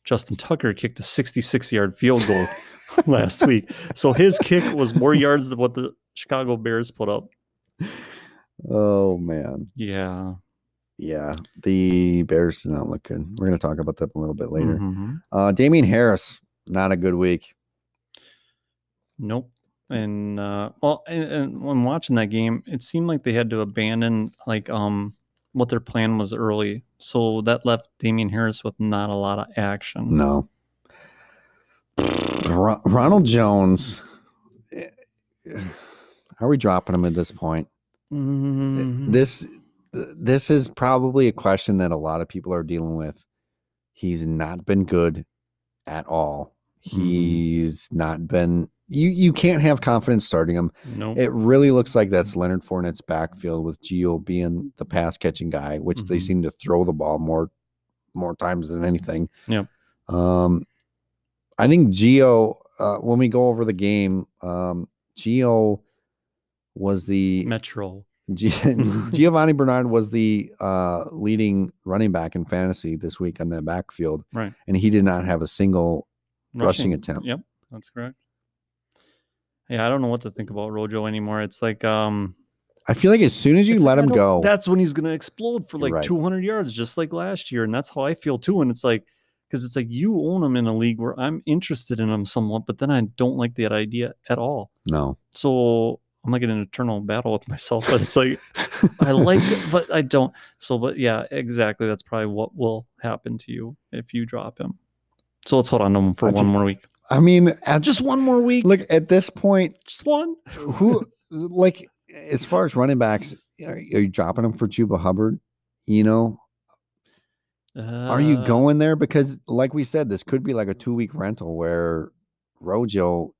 Speaker 3: Justin Tucker kicked a 66 yard field goal last week, so his kick was more yards than what the Chicago Bears put up.
Speaker 2: Oh man,
Speaker 3: Yeah.
Speaker 2: yeah, the Bears did not look good. We're going to talk about that a little bit later.
Speaker 3: Mhm.
Speaker 2: Uh, Damien Harris, not a good week.
Speaker 3: Nope. And uh, well, and, and when watching that game, it seemed like they had to abandon like um what their plan was early, so that left Damian Harris with not a lot of action.
Speaker 2: No. Ro- Ronald Jones. eh, Are we dropping him at this point? Eh,
Speaker 3: Mhm.
Speaker 2: This this is probably a question that a lot of people are dealing with. He's not been good at all. He's not been you you can't have confidence starting him.
Speaker 3: nope.
Speaker 2: It really looks like that's Leonard Fournette's backfield with Gio being the pass catching guy, which they
Speaker 3: Mhm.
Speaker 2: seem to throw the ball more more times than anything.
Speaker 3: Yep.
Speaker 2: Um, I think Gio. Uh, when we go over the game, um, Gio was the
Speaker 3: Metro.
Speaker 2: G- Giovanni Bernard was the uh, leading running back in fantasy this week on that backfield,
Speaker 3: Right.
Speaker 2: and he did not have a single rushing, attempt.
Speaker 3: Yep, that's correct. Yeah, I don't know what to think about Rojo anymore. It's like um
Speaker 2: I feel like as soon as you
Speaker 3: It's-
Speaker 2: let
Speaker 3: I
Speaker 2: him
Speaker 3: don't-
Speaker 2: go,
Speaker 3: That's when he's going to explode for
Speaker 2: You're
Speaker 3: like
Speaker 2: right.
Speaker 3: 200 yards, just like last year. And that's how I feel too. And it's like, because it's like you own him in a league where I'm interested in him somewhat, but then I don't like that idea at all.
Speaker 2: no,
Speaker 3: So I'm like in an eternal battle with myself. But it's like, I like it, but I don't. So, but yeah, exactly. That's probably what will happen to you if you drop him. So let's hold on to him for
Speaker 2: That's-
Speaker 3: one more week.
Speaker 2: I mean, at,
Speaker 3: Just one more week.
Speaker 2: look at this point
Speaker 3: just one.
Speaker 2: who like as far as running backs are, are you dropping them for juba hubbard you know are you
Speaker 3: Uh,
Speaker 2: going there because like we said this could be like a two week rental where rojo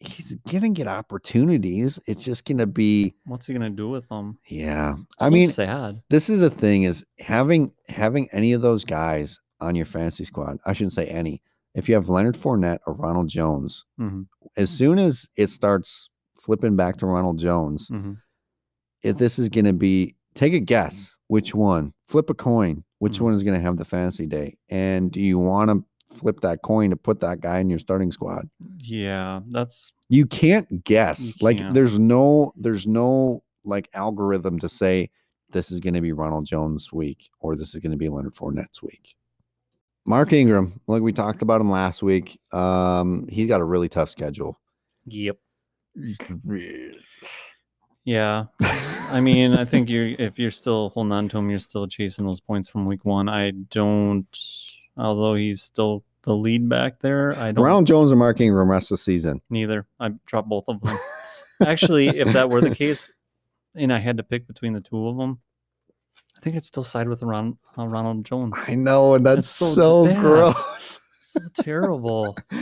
Speaker 2: he's gonna get opportunities it's just gonna be
Speaker 3: What's he going to do with him?
Speaker 2: yeah i
Speaker 3: So
Speaker 2: mean
Speaker 3: sad.
Speaker 2: this is the thing is having having any of those guys on your fantasy squad i shouldn't say any if you have leonard Fournette or ronald jones
Speaker 3: Mhm,
Speaker 2: as soon as it starts flipping back to ronald jones
Speaker 3: mhm.
Speaker 2: if this is going to be take a guess
Speaker 3: Mm-hmm.
Speaker 2: which one flip a coin which
Speaker 3: Mhm.
Speaker 2: one is going to have the fantasy day and do you want to flip that coin to put that guy in your starting squad
Speaker 3: Yeah, that's
Speaker 2: you can't guess
Speaker 3: You
Speaker 2: like
Speaker 3: can't.
Speaker 2: there's no there's no like algorithm to say this is going to be Ronald Jones week or this is going to be Leonard Fournette's week Mark Ingram like we talked about him last week um he's got a really tough schedule
Speaker 3: yep. Yeah, I mean, I think you if you're still holding on to him, you're still chasing those points from week one. I don't, although he's still the lead back there. I don't
Speaker 2: Ronald Jones and Mark Ingram rest of the season.
Speaker 3: neither. I dropped both of them. Actually, if that were the case, and I had to pick between the two of them, I think I'd still side with Ron, uh, Ronald Jones.
Speaker 2: I know, and that's,
Speaker 3: That's
Speaker 2: so,
Speaker 3: so bad.
Speaker 2: gross.
Speaker 3: So terrible.
Speaker 2: Uh,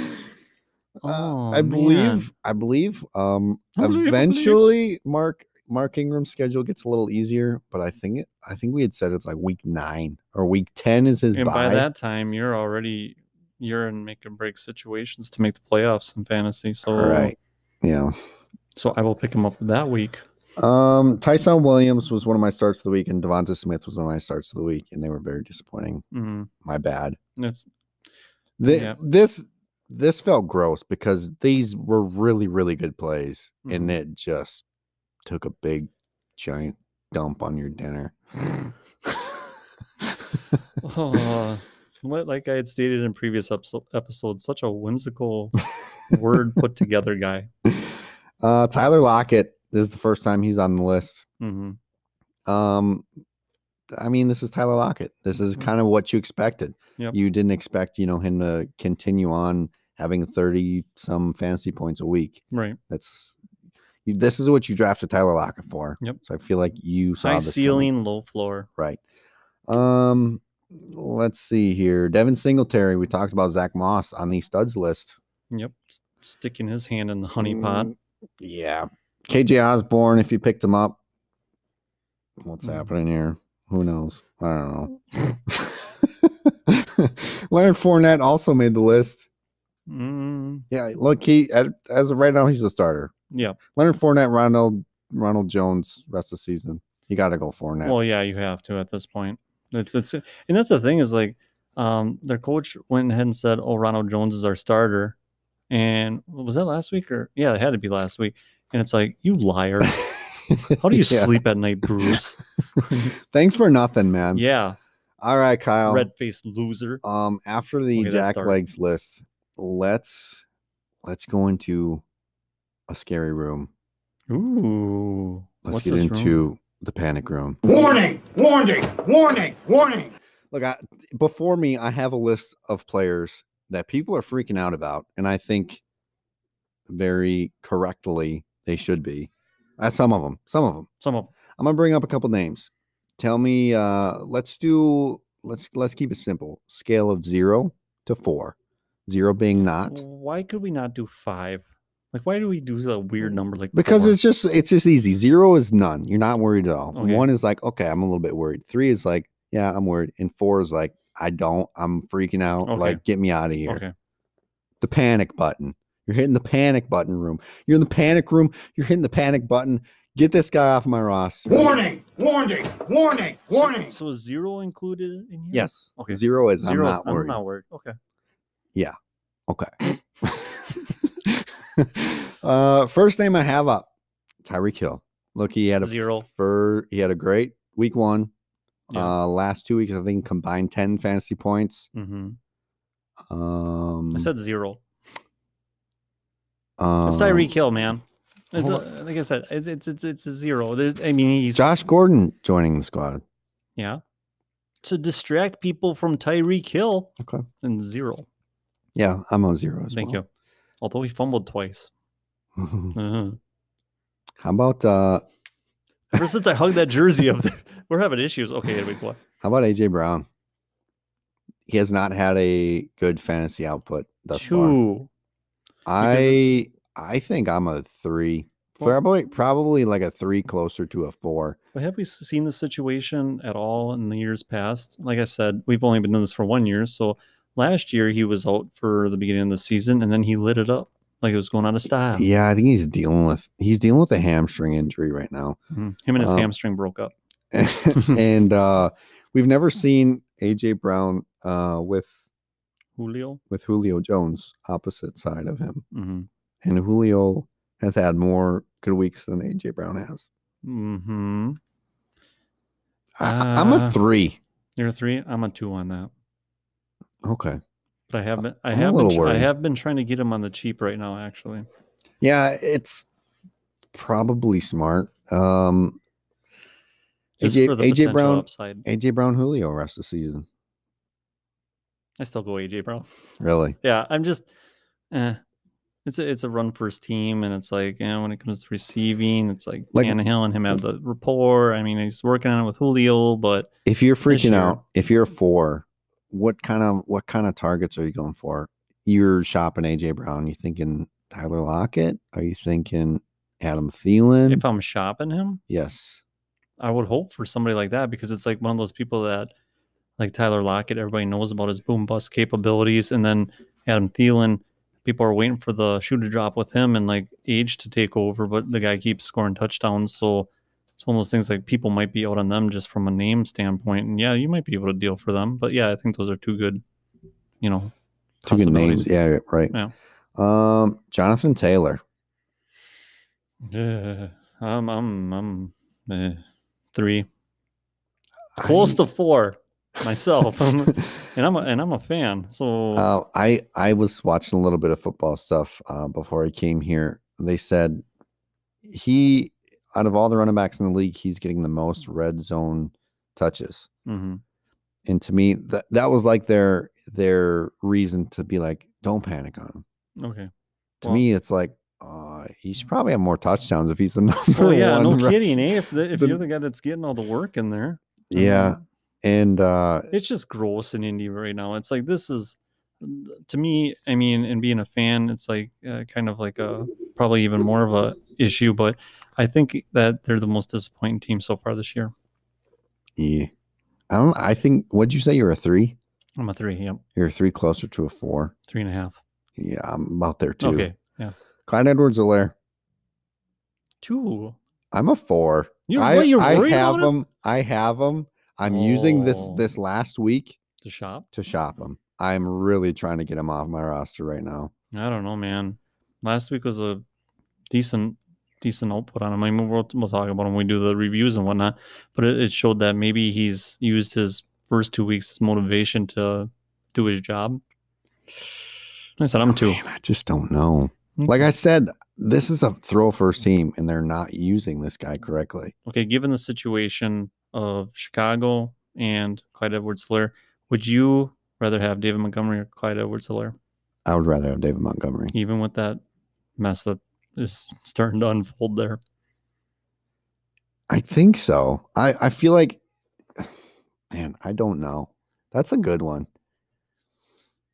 Speaker 3: Oh,
Speaker 2: I
Speaker 3: man.
Speaker 2: believe I believe um
Speaker 3: I believe, I believe.
Speaker 2: eventually Mark Mark Ingram's schedule gets a little easier, but I think it I think we had said it's like week nine or week ten is his
Speaker 3: And
Speaker 2: bye.
Speaker 3: by that time, you're already you're in make or break situations to make the playoffs in fantasy. So,
Speaker 2: Right. Yeah.
Speaker 3: so I will pick him up that week.
Speaker 2: Um, Tyson Williams was one of my starts of the week, and Devonta Smith was one of my starts of the week, and they were very disappointing.
Speaker 3: Mm,
Speaker 2: My bad.
Speaker 3: it's
Speaker 2: The,
Speaker 3: Yeah.
Speaker 2: This this felt gross because these were really really good plays, and
Speaker 3: Mm-hmm.
Speaker 2: it just took a big giant dump on your dinner.
Speaker 3: oh, what, like I had stated in previous episo- episodes, such a whimsical word put together guy.
Speaker 2: uh, Tyler Lockett. This is the first time he's on the list.
Speaker 3: hmm
Speaker 2: Um, I mean, this is Tyler Lockett. This is kind of what you expected.
Speaker 3: Mm-hmm. Yep.
Speaker 2: You didn't expect, you know, him to continue on having 30 some fantasy points a week.
Speaker 3: Right.
Speaker 2: That's you, this is what you drafted Tyler Lockett for.
Speaker 3: Yep.
Speaker 2: So I feel like you saw
Speaker 3: High
Speaker 2: this
Speaker 3: ceiling, low floor.
Speaker 2: coming. right? Um, let's see here. Devin Singletary. We talked about Zach Moss on the studs list.
Speaker 3: Yep. S- sticking his hand in the honey pot.
Speaker 2: Mm, Yeah. KJ Osborne. If you picked him up, what's
Speaker 3: Mm.
Speaker 2: happening here? Who knows? I don't know. Leonard Fournette also made the list.
Speaker 3: Mm,
Speaker 2: Yeah, look, he at- as of right now he's a starter.
Speaker 3: yeah.
Speaker 2: Leonard Fournette, Ronald Ronald Jones, rest of the season. You got to go Fournette.
Speaker 3: Well, yeah, you have to at this point. It's it's and that's the thing is like um their coach went ahead and said, "Oh, Ronald Jones is our starter." And was that last week or yeah, it had to be last week. And it's like, "You liar. How do you
Speaker 2: Yeah.
Speaker 3: sleep at night, Bruce?"
Speaker 2: Thanks for nothing, man.
Speaker 3: yeah,
Speaker 2: All right, Kyle.
Speaker 3: red-faced loser.
Speaker 2: Um, after the
Speaker 3: Okay, let's
Speaker 2: Jack
Speaker 3: start.
Speaker 2: Legs list, let's let's go into a scary room.
Speaker 3: Ooh.
Speaker 2: Let's
Speaker 3: what's
Speaker 2: get
Speaker 3: this room?
Speaker 2: into the panic room.
Speaker 6: Warning! Warning! Warning! Warning!
Speaker 2: Look, I, before me, I have a list of players that people are freaking out about, and I think very correctly they should be. Uh, some of them, some of them.
Speaker 3: some of
Speaker 2: I'm gonna bring up a couple names. Tell me, uh, let's do let's let's keep it simple. Scale of zero to four. Zero being not
Speaker 3: Why could we not do 5? Like why do we do a weird number like
Speaker 2: because
Speaker 3: four?
Speaker 2: it's just it's just easy. Zero is none. You're not worried at all.
Speaker 3: Okay.
Speaker 2: One is like, okay, I'm a little bit worried. Three is like, yeah, I'm worried. And four is like, I don't. I'm freaking out.
Speaker 3: Okay.
Speaker 2: Like, get me out of here.
Speaker 3: Okay.
Speaker 2: the panic button. You're hitting the panic button room. You're in the panic room. You're hitting the panic button. Get this guy off my roster.
Speaker 6: Warning! Warning! Warning! Warning!
Speaker 3: So is 0 included in here?
Speaker 2: Yes.
Speaker 3: Okay.
Speaker 2: Zero is
Speaker 3: Zero
Speaker 2: I'm
Speaker 3: is-
Speaker 2: not worried.
Speaker 3: Okay.
Speaker 2: uh, first name I have up, Tyreek Hill. Look, he had a
Speaker 3: Zero.
Speaker 2: fur, he had a great week one.
Speaker 3: Yeah.
Speaker 2: Uh, last two weeks, I think combined ten fantasy points.
Speaker 3: hmm
Speaker 2: Um,
Speaker 3: I said zero.
Speaker 2: um,
Speaker 3: It's Tyreek Hill, man. It's
Speaker 2: hold
Speaker 3: a, like I said, it's it's it's, it's a zero. There's, I mean, he's
Speaker 2: Josh Gordon joining the squad.
Speaker 3: yeah. To distract people from Tyreek Hill.
Speaker 2: Okay.
Speaker 3: And zero.
Speaker 2: Yeah, I'm on zero as
Speaker 3: Thank you. Although he fumbled twice.
Speaker 2: you.
Speaker 3: Mhm.
Speaker 2: How about uh,
Speaker 3: Ever since I hung that jersey up there, we're having issues. Okay, anyway, go on.
Speaker 2: How about AJ Brown? He has not had a good fantasy output thus far.
Speaker 3: Two.
Speaker 2: I I think I'm a three.
Speaker 3: Well-
Speaker 2: Probably probably like a three closer to a four.
Speaker 3: But have we s- seen this situation at all in the years past? Like I said, we've only been doing this for one year. So last year he was out for the beginning of the season, and then he lit it up like it was going out of style.
Speaker 2: Yeah, I think he's dealing with he's dealing with a hamstring injury right now.
Speaker 3: Mhm. Him and his
Speaker 2: Um,
Speaker 3: hamstring broke up.
Speaker 2: and uh we've never seen AJ Brown uh with
Speaker 3: Julio.
Speaker 2: with Julio Jones opposite side of him.
Speaker 3: hmm
Speaker 2: And Julio has had more good weeks than AJ Brown has.
Speaker 3: hmm
Speaker 2: I, I'm a
Speaker 3: Uh,
Speaker 2: three.
Speaker 3: You're three. I'm a two on that.
Speaker 2: Okay.
Speaker 3: But I have been. I
Speaker 2: I'm a
Speaker 3: have.
Speaker 2: little
Speaker 3: Been, tr- I
Speaker 2: worried.
Speaker 3: have been trying to get him on the cheap right now. Actually,
Speaker 2: Yeah, it's probably smart. Um
Speaker 3: Just
Speaker 2: AJ
Speaker 3: for the
Speaker 2: AJ
Speaker 3: potential
Speaker 2: Brown
Speaker 3: upside.
Speaker 2: AJ Brown Julio rest of the season.
Speaker 3: I still go AJ Brown.
Speaker 2: Really?
Speaker 3: Yeah, I'm just, eh. it's a it's a run first team, and it's like yeah, when it comes to receiving, it's like,
Speaker 2: Like-
Speaker 3: Tannehill and him have the rapport. I mean, he's working on it with Julio, but
Speaker 2: If you're freaking
Speaker 3: year.
Speaker 2: out, if you're a four, what kind of what kind of targets are you going for? You're shopping AJ Brown. You thinking Tyler Lockett? Are you thinking Adam Thielen?
Speaker 3: if I'm shopping him,
Speaker 2: yes.
Speaker 3: I would hope for somebody like that because it's like one of those people that, like Tyler Lockett, everybody knows about his boom bust capabilities, and then Adam Thielen, people are waiting for the shoe to drop with him and like age to take over, but the guy keeps scoring touchdowns, so it's one of those things like people might be out on them just from a name standpoint, and yeah, you might be able to deal for them, but yeah, I think those are two good, you know,
Speaker 2: Two good names.
Speaker 3: possibilities.
Speaker 2: Yeah, right.
Speaker 3: Yeah.
Speaker 2: Um, Jonathan Taylor.
Speaker 3: Yeah, I'm, I'm, I'm eh, three,
Speaker 2: I-
Speaker 3: close to four myself. I'm- and I'm a, and I'm a fan. So
Speaker 2: Uh, I I was watching a little bit of football stuff uh, before I came here. They said he, out of all the running backs in the league, he's getting the most red zone touches.
Speaker 3: mhm.
Speaker 2: And to me, that that was like their their reason to be like, don't panic on him.
Speaker 3: okay.
Speaker 2: To
Speaker 3: Well-
Speaker 2: me, it's like uh, he should probably have more touchdowns if he's the number
Speaker 3: Oh yeah,
Speaker 2: one.
Speaker 3: no
Speaker 2: rush-
Speaker 3: kidding. Eh? If, the, if
Speaker 2: the-
Speaker 3: you're the guy that's getting all the work in there, I
Speaker 2: Yeah,
Speaker 3: mean,
Speaker 2: and uh,
Speaker 3: it's just gross in Indy right now. It's like this is to me. I mean, and being a fan, it's like uh, kind of like a probably even more of a issue. But I think that they're the most disappointing team so far this year.
Speaker 2: yeah, I, don't, I think what'd you say? You're a three.
Speaker 3: I'm a three. Yep,
Speaker 2: You're a three closer to a four.
Speaker 3: three and a half.
Speaker 2: Yeah, I'm about there too.
Speaker 3: Okay,
Speaker 2: Clyde Edwards Alaire.
Speaker 3: two.
Speaker 2: I'm a four.
Speaker 3: You're,
Speaker 2: I,
Speaker 3: what, you're
Speaker 2: I
Speaker 3: worried
Speaker 2: have
Speaker 3: about it?
Speaker 2: them. I have them. I'm using this
Speaker 3: Oh.
Speaker 2: this last week
Speaker 3: The shop.
Speaker 2: to shop them. I'm really trying to get them off my roster right now.
Speaker 3: I don't know, man. Last week was a decent, decent output on him. I mean, we'll, we'll talk about him when we do the reviews and whatnot. But it, it showed that maybe he's used his first two weeks as motivation to do his job. I said, I'm two.
Speaker 2: Man, I just don't know.
Speaker 3: Mm.
Speaker 2: Like I said, this is a throw first team, and they're not using this guy correctly.
Speaker 3: Okay, given the situation of Chicago and Clyde edwards hilaire would you rather have David Montgomery or Clyde edwards hilaire
Speaker 2: I would rather have David Montgomery.
Speaker 3: Even with that mess that is starting to unfold there.
Speaker 2: I think so. I I feel like, man, I don't know. That's a good one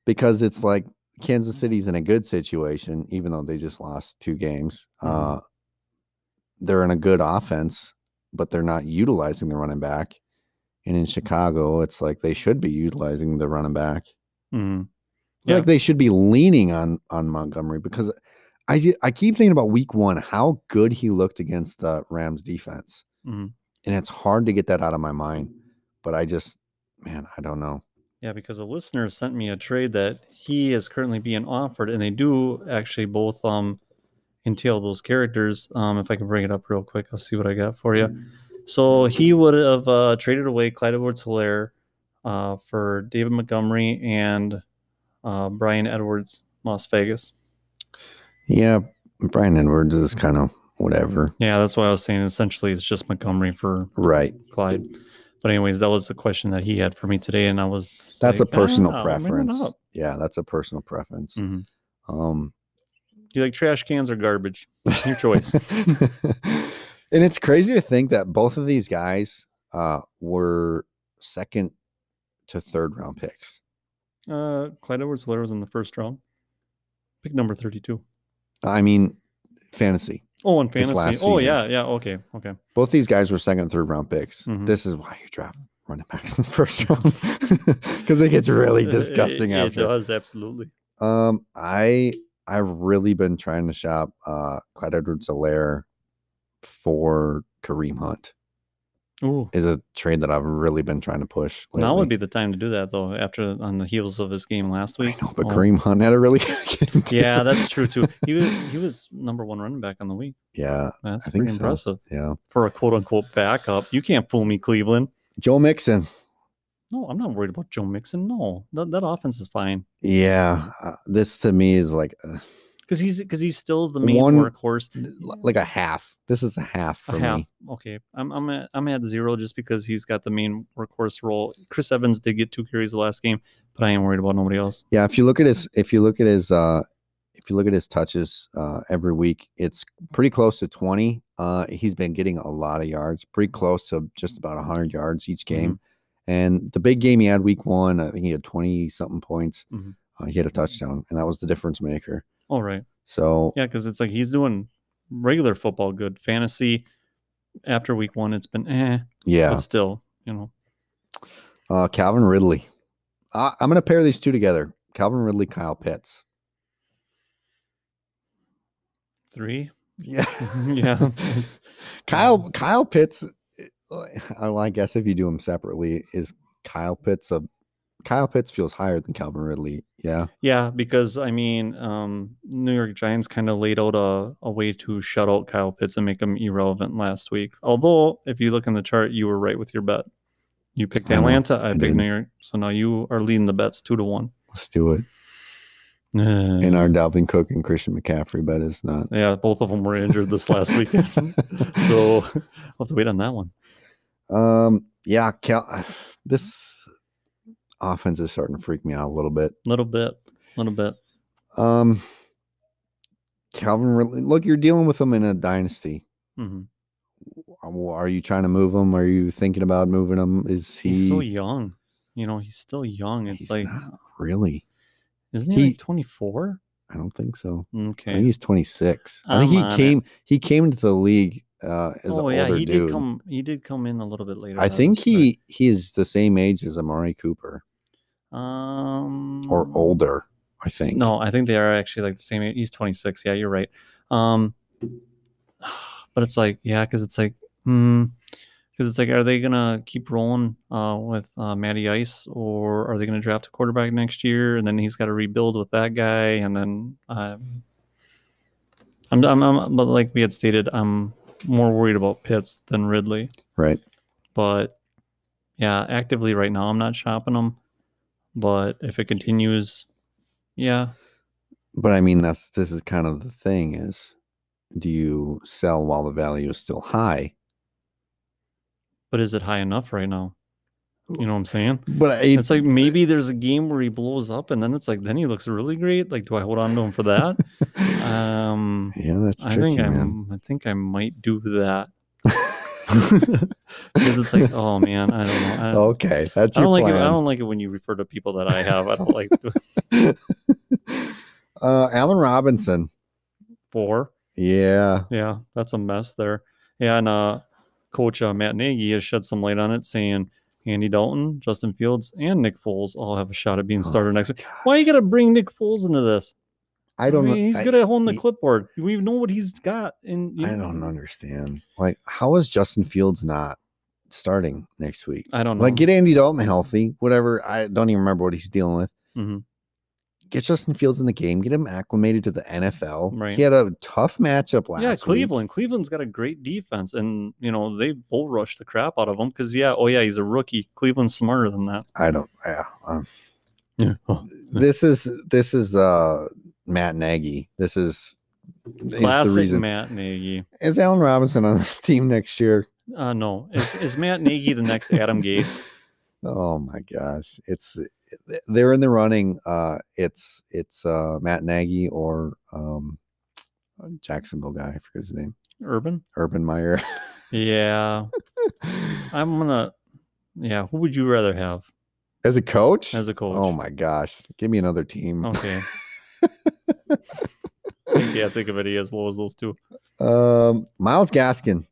Speaker 2: because it's like Kansas City's in a good situation, even though they just lost two games.
Speaker 3: Mhm.
Speaker 2: Uh, they're in a good offense, but they're not utilizing the running back. And in Chicago, it's like they should be utilizing the running back. Mm-hmm. I
Speaker 3: hmm
Speaker 2: feel
Speaker 3: Yeah.
Speaker 2: Like they should be leaning on on Montgomery because I ju- I keep thinking about Week One how good he looked against the Rams defense,
Speaker 3: Mhm.
Speaker 2: and it's hard to get that out of my mind. But I just, man, I don't know.
Speaker 3: Yeah, because a listener sent me a trade that he is currently being offered, and they do actually both um entail those characters. Um, if I can bring it up real quick, I'll see what I got for you. So he would have uh, traded away Clyde Edwards Hilaire uh, for David Montgomery and uh, Brian Edwards, Las Vegas.
Speaker 2: Yeah, Brian Edwards is kind of whatever,
Speaker 3: Yeah, that's why I was saying essentially it's just Montgomery for
Speaker 2: right?
Speaker 3: Clyde. But anyways, that was the question that he had for me today, and I was
Speaker 2: That's
Speaker 3: like,
Speaker 2: a
Speaker 3: I don't
Speaker 2: personal
Speaker 3: know, bring it
Speaker 2: preference.
Speaker 3: up.
Speaker 2: Yeah, that's a personal preference.
Speaker 3: Mhm.
Speaker 2: Um,
Speaker 3: Do you like trash cans or garbage? Your choice.
Speaker 2: and it's crazy to think that both of these guys uh, were second to third round picks.
Speaker 3: Uh, Clyde Edwards Hilaire was in the first round. Pick number 32.
Speaker 2: I mean, fantasy.
Speaker 3: Oh, in
Speaker 2: This
Speaker 3: fantasy.
Speaker 2: last
Speaker 3: Oh,
Speaker 2: season.
Speaker 3: yeah. Yeah. Okay. Okay.
Speaker 2: Both these guys were second and third round picks.
Speaker 3: Mhm.
Speaker 2: This is why you draft running backs in the first round because it gets really
Speaker 3: Uh, It-
Speaker 2: disgusting
Speaker 3: it, It
Speaker 2: after.
Speaker 3: does. Absolutely.
Speaker 2: Um, I I've really been trying to shop uh Clyde edwards alaire for Kareem Hunt
Speaker 3: Ooh.
Speaker 2: is a trade that I've really been trying to push. Lately.
Speaker 3: Now would be the time to do that, though, after on the heels of his game last
Speaker 2: I
Speaker 3: week.
Speaker 2: know, but
Speaker 3: Oh,
Speaker 2: Kareem Hunt had a really good game. too.
Speaker 3: Yeah, that's true, too. He was, he was number one running back on the week.
Speaker 2: yeah,
Speaker 3: That's
Speaker 2: I think
Speaker 3: pretty
Speaker 2: so.
Speaker 3: impressive
Speaker 2: yeah.
Speaker 3: for a quote unquote backup. You can't fool me, Cleveland.
Speaker 2: Joe Mixon.
Speaker 3: No, I'm not worried about Joe Mixon. No, that, that offense is fine.
Speaker 2: Yeah, uh, this to me is like uh,
Speaker 3: because he's because he's still the main
Speaker 2: One
Speaker 3: workhorse.
Speaker 2: like a half. This is a half for
Speaker 3: A half.
Speaker 2: me.
Speaker 3: Okay, I'm I'm at, I'm at zero just because he's got the main workhorse role. Chris Evans did get two carries the last game, but I am worried about nobody else.
Speaker 2: Yeah, if you look at his if you look at his uh if you look at his touches uh every week, it's pretty close to 20. Uh he's been getting a lot of yards, pretty close to just about 100 yards
Speaker 3: Mm-hmm.
Speaker 2: each game. And the big game he had week 1, I think he had 20 something points.
Speaker 3: Mhm.
Speaker 2: Uh, he had a touchdown and that was the difference maker.
Speaker 3: All right,
Speaker 2: So,
Speaker 3: yeah, because it's like he's doing regular football good. Fantasy after week one, it's been eh,
Speaker 2: yeah.
Speaker 3: but still, you know,
Speaker 2: Uh Calvin Ridley. I, I'm going to pair these two together. Calvin Ridley, Kyle Pitts.
Speaker 3: three.
Speaker 2: Yeah.
Speaker 3: yeah, it's,
Speaker 2: Kyle Kyle Pitts. uh, Well, I guess if you do them separately, is Kyle Pitts a Kyle Pitts feels higher than Calvin Ridley. Yeah,
Speaker 3: yeah, because I mean, um, New York Giants kind of laid out a, a way to shut out Kyle Pitts and make him irrelevant last week. Although, if you look in the chart, you were right with your bet. You picked
Speaker 2: I know,
Speaker 3: Atlanta,
Speaker 2: I
Speaker 3: I, picked
Speaker 2: did.
Speaker 3: New York, so now you are leading the bets two to one.
Speaker 2: let's do it.
Speaker 3: Eh,
Speaker 2: And our Dalvin Cook and Christian McCaffrey bet is not.
Speaker 3: yeah, both of them were injured this last week, so I'll have to wait on that one.
Speaker 2: um, yeah, Cal, this offense is starting to freak me out a little bit.
Speaker 3: Little bit, little bit.
Speaker 2: Um, Calvin Ridley, look, you're dealing with them in a dynasty.
Speaker 3: hmm
Speaker 2: Are are you trying to move him? Are you thinking about moving him? Is he?
Speaker 3: He's so young, you know. He's still young. It's
Speaker 2: he's
Speaker 3: like,
Speaker 2: not really.
Speaker 3: isn't he,
Speaker 2: he-
Speaker 3: like twenty four?
Speaker 2: I don't think so. I
Speaker 3: Okay.
Speaker 2: think he's 26. I think
Speaker 3: I'm on
Speaker 2: he
Speaker 3: it.
Speaker 2: came he came into the league uh, as an older
Speaker 3: Oh, he
Speaker 2: dude.
Speaker 3: did come. He did come in a little bit later.
Speaker 2: I
Speaker 3: than
Speaker 2: think
Speaker 3: us, correct?
Speaker 2: he he is the same age as Amari Cooper
Speaker 3: um
Speaker 2: or older. I think.
Speaker 3: No, I think they are actually like the same. age. He's twenty six. Yeah, you're right. Um, but it's like yeah, because it's like hmm, because it's like are they gonna keep rolling uh with uh, Matty Ice or are they gonna draft a quarterback next year and then he's got to rebuild with that guy and then um, I'm, I'm I'm but like we had stated, I'm more worried about Pitts than Ridley.
Speaker 2: Right.
Speaker 3: but yeah, actively right now I'm not shopping them. But if it continues, yeah,
Speaker 2: But I mean, that's this is kind of the thing is, do you sell while the value is still high?
Speaker 3: but is it high enough right now? You know what I'm saying?
Speaker 2: But
Speaker 3: It's,
Speaker 2: it's,
Speaker 3: like maybe there's a game where he blows up, and then it's like then he looks really great. Like, do I hold on to him for that? um,
Speaker 2: yeah, that's
Speaker 3: I
Speaker 2: tricky,
Speaker 3: think
Speaker 2: man.
Speaker 3: I'm, I think I might do that because it's like, oh man, I don't know. I,
Speaker 2: okay, that's
Speaker 3: I
Speaker 2: your
Speaker 3: don't like it.
Speaker 2: plan.
Speaker 3: I don't like it when you refer to people that I have. I don't like
Speaker 2: uh, Alan Robinson.
Speaker 3: four.
Speaker 2: Yeah.
Speaker 3: Yeah, that's a mess there. Yeah, and uh, Coach uh, Matt Nagy has shed some light on it, saying Andy Dalton, Justin Fields, and Nick Foles all have a shot at being
Speaker 2: Oh,
Speaker 3: starter next week. Why you got to bring Nick Foles into this?
Speaker 2: I don't. know.
Speaker 3: mean, he's
Speaker 2: I-
Speaker 3: good at holding
Speaker 2: he-
Speaker 3: the clipboard. We know what he's got. And
Speaker 2: I don't understand. Like, how is Justin Fields not starting next week?
Speaker 3: I don't know.
Speaker 2: Like, get Andy Dalton healthy, whatever. I don't even remember what he's dealing with.
Speaker 3: Mhm.
Speaker 2: Get Justin Fields in the game, get him acclimated to the NFL.
Speaker 3: Right.
Speaker 2: He had a tough matchup last
Speaker 3: yeah,
Speaker 2: week.
Speaker 3: Cleveland. Cleveland's got a great defense, and you know they bull rushed the crap out of him because yeah, oh yeah, he's a rookie. Cleveland's smarter than that.
Speaker 2: I don't. Yeah. um,
Speaker 3: Yeah.
Speaker 2: oh, this is this is uh Matt Nagy. This is is the
Speaker 3: Classic
Speaker 2: reason.
Speaker 3: Matt Nagy.
Speaker 2: Is Allen Robinson on this team next year?
Speaker 3: Uh, no, is, is Matt Nagy the next Adam Gase?
Speaker 2: Oh my gosh, it's th- they're in the running. Uh, it's it's uh, Matt Nagy or um, a Jacksonville guy. I forget his name.
Speaker 3: Urban?
Speaker 2: Urban Meyer.
Speaker 3: Yeah, I'm gonna. Yeah, who would you rather have
Speaker 2: as a coach.
Speaker 3: as a coach?
Speaker 2: Oh my gosh, give me another team.
Speaker 3: Okay. I can't think of any as low as those two.
Speaker 2: Um, Miles Gaskin.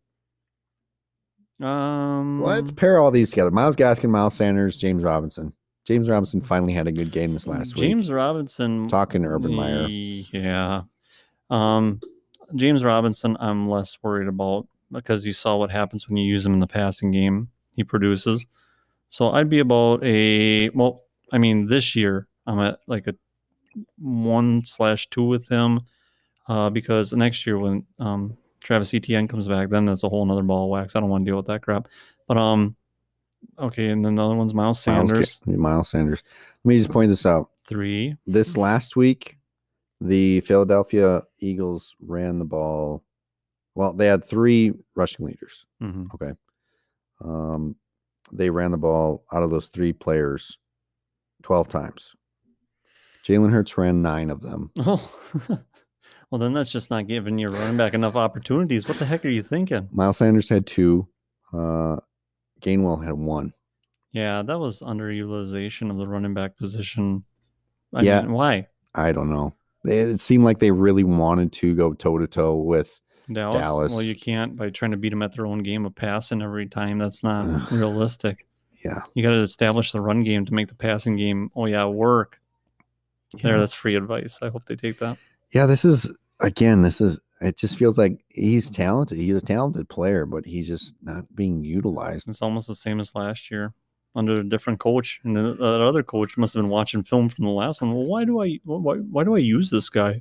Speaker 3: Um,
Speaker 2: Let's pair all these together. Miles Gaskin, Miles Sanders, James Robinson. James Robinson finally had a good game this last week.
Speaker 3: Mm. James Robinson.
Speaker 2: Talking to Urban Meyer.
Speaker 3: Yeah. Um, James Robinson, I'm less worried about because you saw what happens when you use him in the passing game. He produces. So I'd be about a well. I mean, this year I'm at like a one slash two with him uh, because next year when um, Travis Etienne comes back, then that's a whole nother ball of wax. I don't want to deal with that crap. But um, okay, and then the other one's Miles
Speaker 2: Miles Ga-
Speaker 3: Sanders
Speaker 2: Miles Sanders. Let me just point this out.
Speaker 3: three.
Speaker 2: This last week, the Philadelphia Eagles ran the ball. Well, they had three rushing leaders.
Speaker 3: Mm-hmm.
Speaker 2: Um, they ran the ball out of those three players 12 times. Jalen Hurts ran nine of them.
Speaker 3: Oh, well, then that's just not giving your running back enough opportunities. What the heck are you thinking?
Speaker 2: Miles Sanders had two. Uh, Gainwell had one.
Speaker 3: Yeah, that was underutilization of the running back position. I
Speaker 2: Yeah.
Speaker 3: mean, why?
Speaker 2: I don't know. They, it seemed like they really wanted to go toe to toe with.
Speaker 3: Dallas? Well,
Speaker 2: Dallas.
Speaker 3: you can't by trying to beat them at their own game of passing every time. That's not
Speaker 2: Ugh.
Speaker 3: realistic.
Speaker 2: Yeah.
Speaker 3: You got to establish the run game to make the passing game, oh, yeah, work. There,
Speaker 2: Yeah.
Speaker 3: that's free advice. I hope they take that.
Speaker 2: Yeah, this is, again, this is, it just feels like he's talented. He's a talented player, but he's just not being utilized.
Speaker 3: It's almost the same as last year under a different coach, and then that other coach must have been watching film from the last one. Well, why do I why why do I use this guy?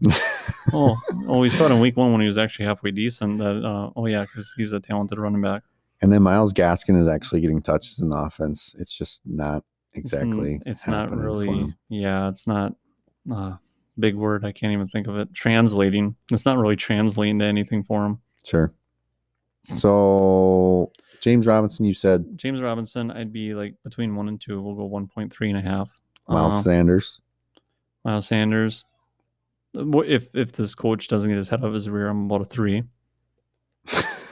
Speaker 3: oh, oh, we saw it in week one when he was actually halfway decent. That uh, oh yeah, because he's a talented running back.
Speaker 2: And then Miles Gaskin is actually getting touches in the offense. It's just not
Speaker 3: It's n-
Speaker 2: exactly.
Speaker 3: It's, not
Speaker 2: happening for him.
Speaker 3: really. Yeah, it's not. Uh, big word. I can't even think of it. Translating. It's not really translating to anything for him.
Speaker 2: Sure. So James Robinson, you said
Speaker 3: James Robinson, I'd be like between one and two. We'll go one point three and a half.
Speaker 2: Miles
Speaker 3: Uh,
Speaker 2: Sanders.
Speaker 3: Miles Sanders. Uh, wh- If if this coach doesn't get his head out of his rear, I'm about a three.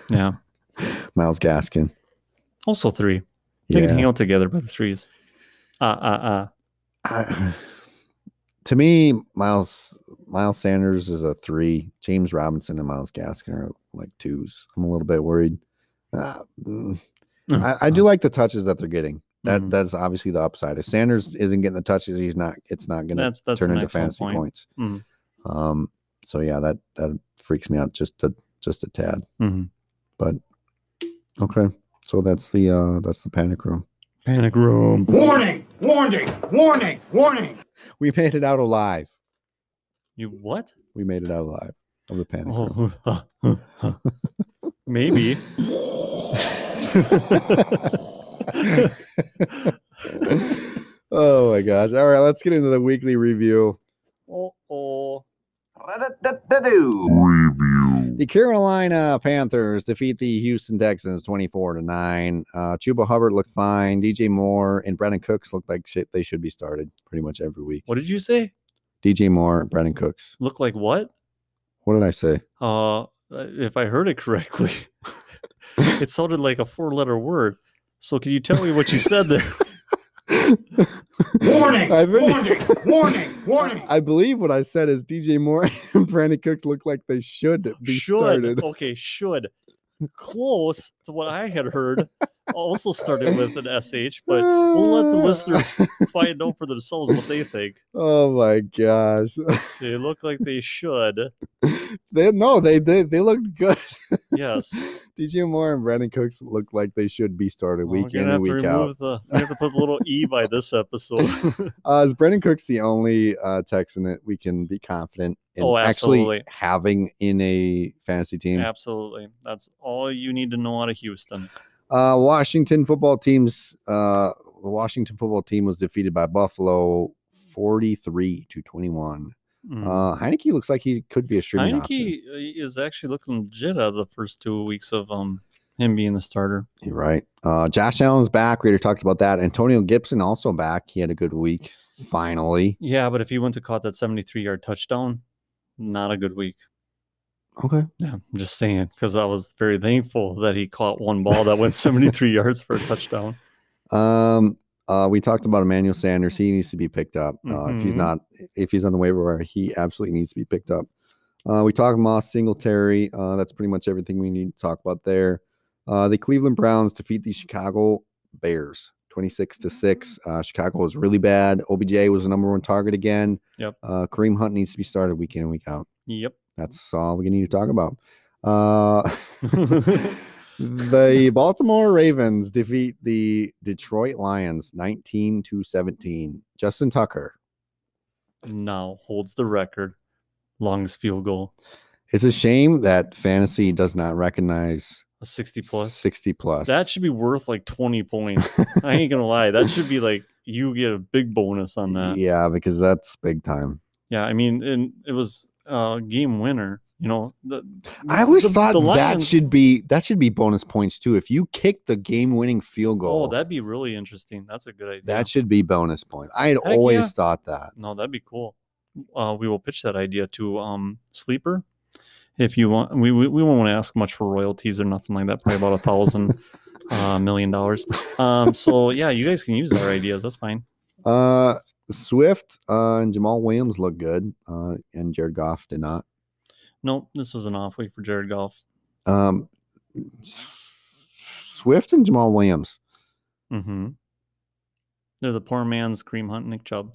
Speaker 3: Yeah,
Speaker 2: Miles Gaskin.
Speaker 3: also three. They can hang
Speaker 2: Yeah.
Speaker 3: out together by the threes. Ah ah ah.
Speaker 2: I- to me, Miles Miles Sanders is a three. James Robinson and Miles Gaskin are like twos. I'm a little bit worried. Uh, mm. I, I do like the touches that they're getting. That
Speaker 3: Mhm.
Speaker 2: that's obviously the upside. If Sanders isn't getting the touches, he's not. It's not going to
Speaker 3: That's that's
Speaker 2: turn
Speaker 3: an
Speaker 2: into
Speaker 3: excellent
Speaker 2: fantasy
Speaker 3: point.
Speaker 2: points.
Speaker 3: Mhm.
Speaker 2: Um. So yeah, that that freaks me out just a just a tad.
Speaker 3: Mhm.
Speaker 2: But okay, so that's the uh that's the panic room.
Speaker 3: Panic room.
Speaker 6: Warning, warning, warning, warning.
Speaker 2: We made it out alive.
Speaker 3: You what?
Speaker 2: We made it out alive of the panic room.
Speaker 3: Oh, huh, huh, huh. maybe.
Speaker 2: oh my gosh! All right, let's get into the weekly review.
Speaker 3: Oh oh.
Speaker 2: The Carolina Panthers defeat the Houston Texans 24 to 9. Uh Chuba Hubbard looked fine. DJ Moore and Brennan Cooks looked like shit they should be started pretty much every week.
Speaker 3: What did you say?
Speaker 2: DJ Moore, Brennan Cooks.
Speaker 3: Look like what?
Speaker 2: What did I say?
Speaker 3: Uh, if I heard it correctly, it sounded like a four-letter word. So, can you tell me what you said there?
Speaker 6: Warning,
Speaker 2: I think-
Speaker 6: warning, warning, warning.
Speaker 2: I believe what I said is DJ Moore and Brandon Cooks look like they should be
Speaker 3: should
Speaker 2: started.
Speaker 3: okay should close to what i had heard also started with an sh but we'll let the listeners find out for themselves what they think
Speaker 2: Oh my gosh.
Speaker 3: they look like they should
Speaker 2: they no, they they, they looked good.
Speaker 3: yes
Speaker 2: DJ Moore and Brandon Cooks look like they should be started
Speaker 3: Well,
Speaker 2: week in and week out.
Speaker 3: remove the we have to put a little e by this episode
Speaker 2: Uh, is Brendan Cooks the only uh, Texan that we can be confident in
Speaker 3: Oh,
Speaker 2: actually
Speaker 3: absolutely.
Speaker 2: having in a fantasy team?
Speaker 3: absolutely that's all you need to know out of houston
Speaker 2: Uh, Washington football teams. Uh, the Washington football team was defeated by Buffalo, forty-three to twenty-one.
Speaker 3: Mm.
Speaker 2: Uh, Heineke looks like he could be a streaming option.
Speaker 3: Heineke uh, is actually looking legit out of the first two weeks of um him being the starter
Speaker 2: You're right. Uh, Josh Allen's back. Reader talks about that. Antonio Gibson also back. He had a good week. Finally.
Speaker 3: yeah but if he went to caught that 73 yard touchdown not a good week
Speaker 2: Okay.
Speaker 3: Yeah, I'm just saying because I was very thankful that he caught one ball that went 73 yards for a touchdown.
Speaker 2: Um, uh, we talked about Emmanuel Sanders. He needs to be picked up. Uh, if he's
Speaker 3: Mhm.
Speaker 2: not, if he's on the waiver wire, he absolutely needs to be picked up. Uh, we talked Moss Singletary. Uh, that's pretty much everything we need to talk about there. Uh, the Cleveland Browns defeat the Chicago Bears 26 to 6. Uh, Chicago was really bad. OBJ was the number one target again.
Speaker 3: Yep.
Speaker 2: Uh, Kareem Hunt needs to be started week in and week out.
Speaker 3: Yep.
Speaker 2: That's all we need to talk about. Uh, the Baltimore Ravens defeat the Detroit Lions 19 to 17. Justin Tucker.
Speaker 3: now holds the record. Longest field goal,
Speaker 2: It's a shame that fantasy does not recognize
Speaker 3: a 60 plus.
Speaker 2: 60 plus.
Speaker 3: That should be worth like 20 points. I ain't going to lie. That should be like you get a big bonus on that.
Speaker 2: Yeah, because that's big time.
Speaker 3: Yeah, I mean, and it was uh, game winner. You know, the,
Speaker 2: I always
Speaker 3: the-
Speaker 2: thought
Speaker 3: the
Speaker 2: that
Speaker 3: Lions-
Speaker 2: should be that should be bonus points too. If you kick the game-winning field goal,
Speaker 3: Oh, that'd be really interesting. That's a good idea.
Speaker 2: that should be bonus points. I had
Speaker 3: Heck
Speaker 2: always
Speaker 3: yeah.
Speaker 2: thought that.
Speaker 3: no, that'd be cool. Uh, we will pitch that idea to um, Sleeper. If you want, we, we, we won't want to ask much for royalties or nothing like that. Probably about a thousand uh, million dollars. Um, so yeah, you guys can use our ideas. That's fine.
Speaker 2: Uh, Swift uh, and Jamal Williams looked good, uh, and Jared Goff did not.
Speaker 3: Nope, this was an off week for Jared Goff.
Speaker 2: Um, S- Swift and Jamal Williams.
Speaker 3: Mm-hmm. They're the poor man's cream hunt Nick Chubb.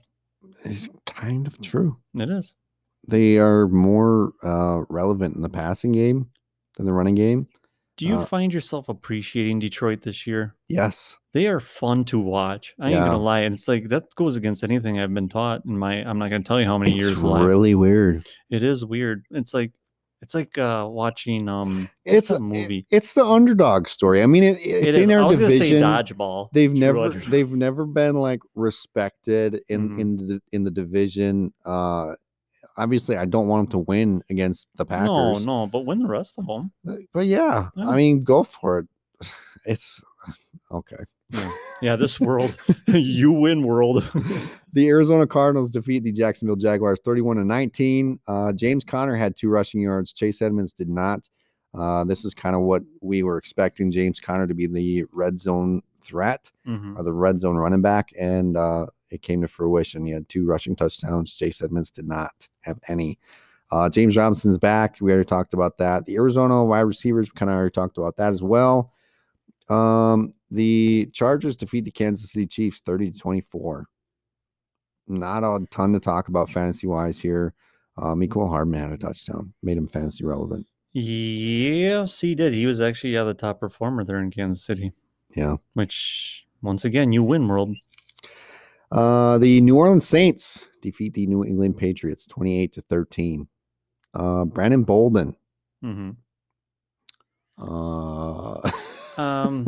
Speaker 2: is kind of true.
Speaker 3: It is.
Speaker 2: They are more uh, relevant in the passing game than the running game.
Speaker 3: Do you
Speaker 2: Uh,
Speaker 3: find yourself appreciating Detroit this year?
Speaker 2: Yes.
Speaker 3: They are fun to watch. I ain't
Speaker 2: Yeah.
Speaker 3: gonna lie, and it's like that goes against anything I've been taught in my. I'm not gonna tell you how many
Speaker 2: It's
Speaker 3: years. Really?
Speaker 2: really weird.
Speaker 3: It is weird. It's like it's like uh watching um.
Speaker 2: It's
Speaker 3: that
Speaker 2: a
Speaker 3: movie.
Speaker 2: it's the underdog story. I mean, it, it's
Speaker 3: it is.
Speaker 2: in
Speaker 3: I
Speaker 2: our
Speaker 3: was
Speaker 2: division.
Speaker 3: gonna say dodgeball.
Speaker 2: They've
Speaker 3: True
Speaker 2: never
Speaker 3: under-
Speaker 2: they've never been like respected in
Speaker 3: Mhm.
Speaker 2: in the in the division. Uh, obviously, I don't want them to win against the Packers.
Speaker 3: No, no, but win the rest of them.
Speaker 2: But- But yeah,
Speaker 3: Yeah.
Speaker 2: I mean, go for it. It's okay.
Speaker 3: Yeah, this world, you win world.
Speaker 2: the Arizona Cardinals defeat the Jacksonville Jaguars 31 to 19. Uh, James Conner had two rushing yards. Chase Edmonds did not. Uh, this is kind of what we were expecting James Conner to be the red zone threat
Speaker 3: Mhm.
Speaker 2: or uh, the red zone running back, and uh, it came to fruition. He had two rushing touchdowns. Chase Edmonds did not have any. Uh, James Robinson's back. We already talked about that. The Arizona wide receivers kind of already talked about that as well. Um, the Chargers defeat the Kansas City Chiefs 30 to 24. Not a ton to talk about fantasy wise here. Um, Equal Hardman had a touchdown, made him fantasy relevant.
Speaker 3: Yes, he did. He was actually yeah the top performer there in Kansas City.
Speaker 2: Yeah.
Speaker 3: Which once again, you win world.
Speaker 2: Uh, the New Orleans Saints defeat the New England Patriots 28 to 13. Uh, Brandon Bolden. Mm-hmm.
Speaker 3: hmm
Speaker 2: Uh,
Speaker 3: Um,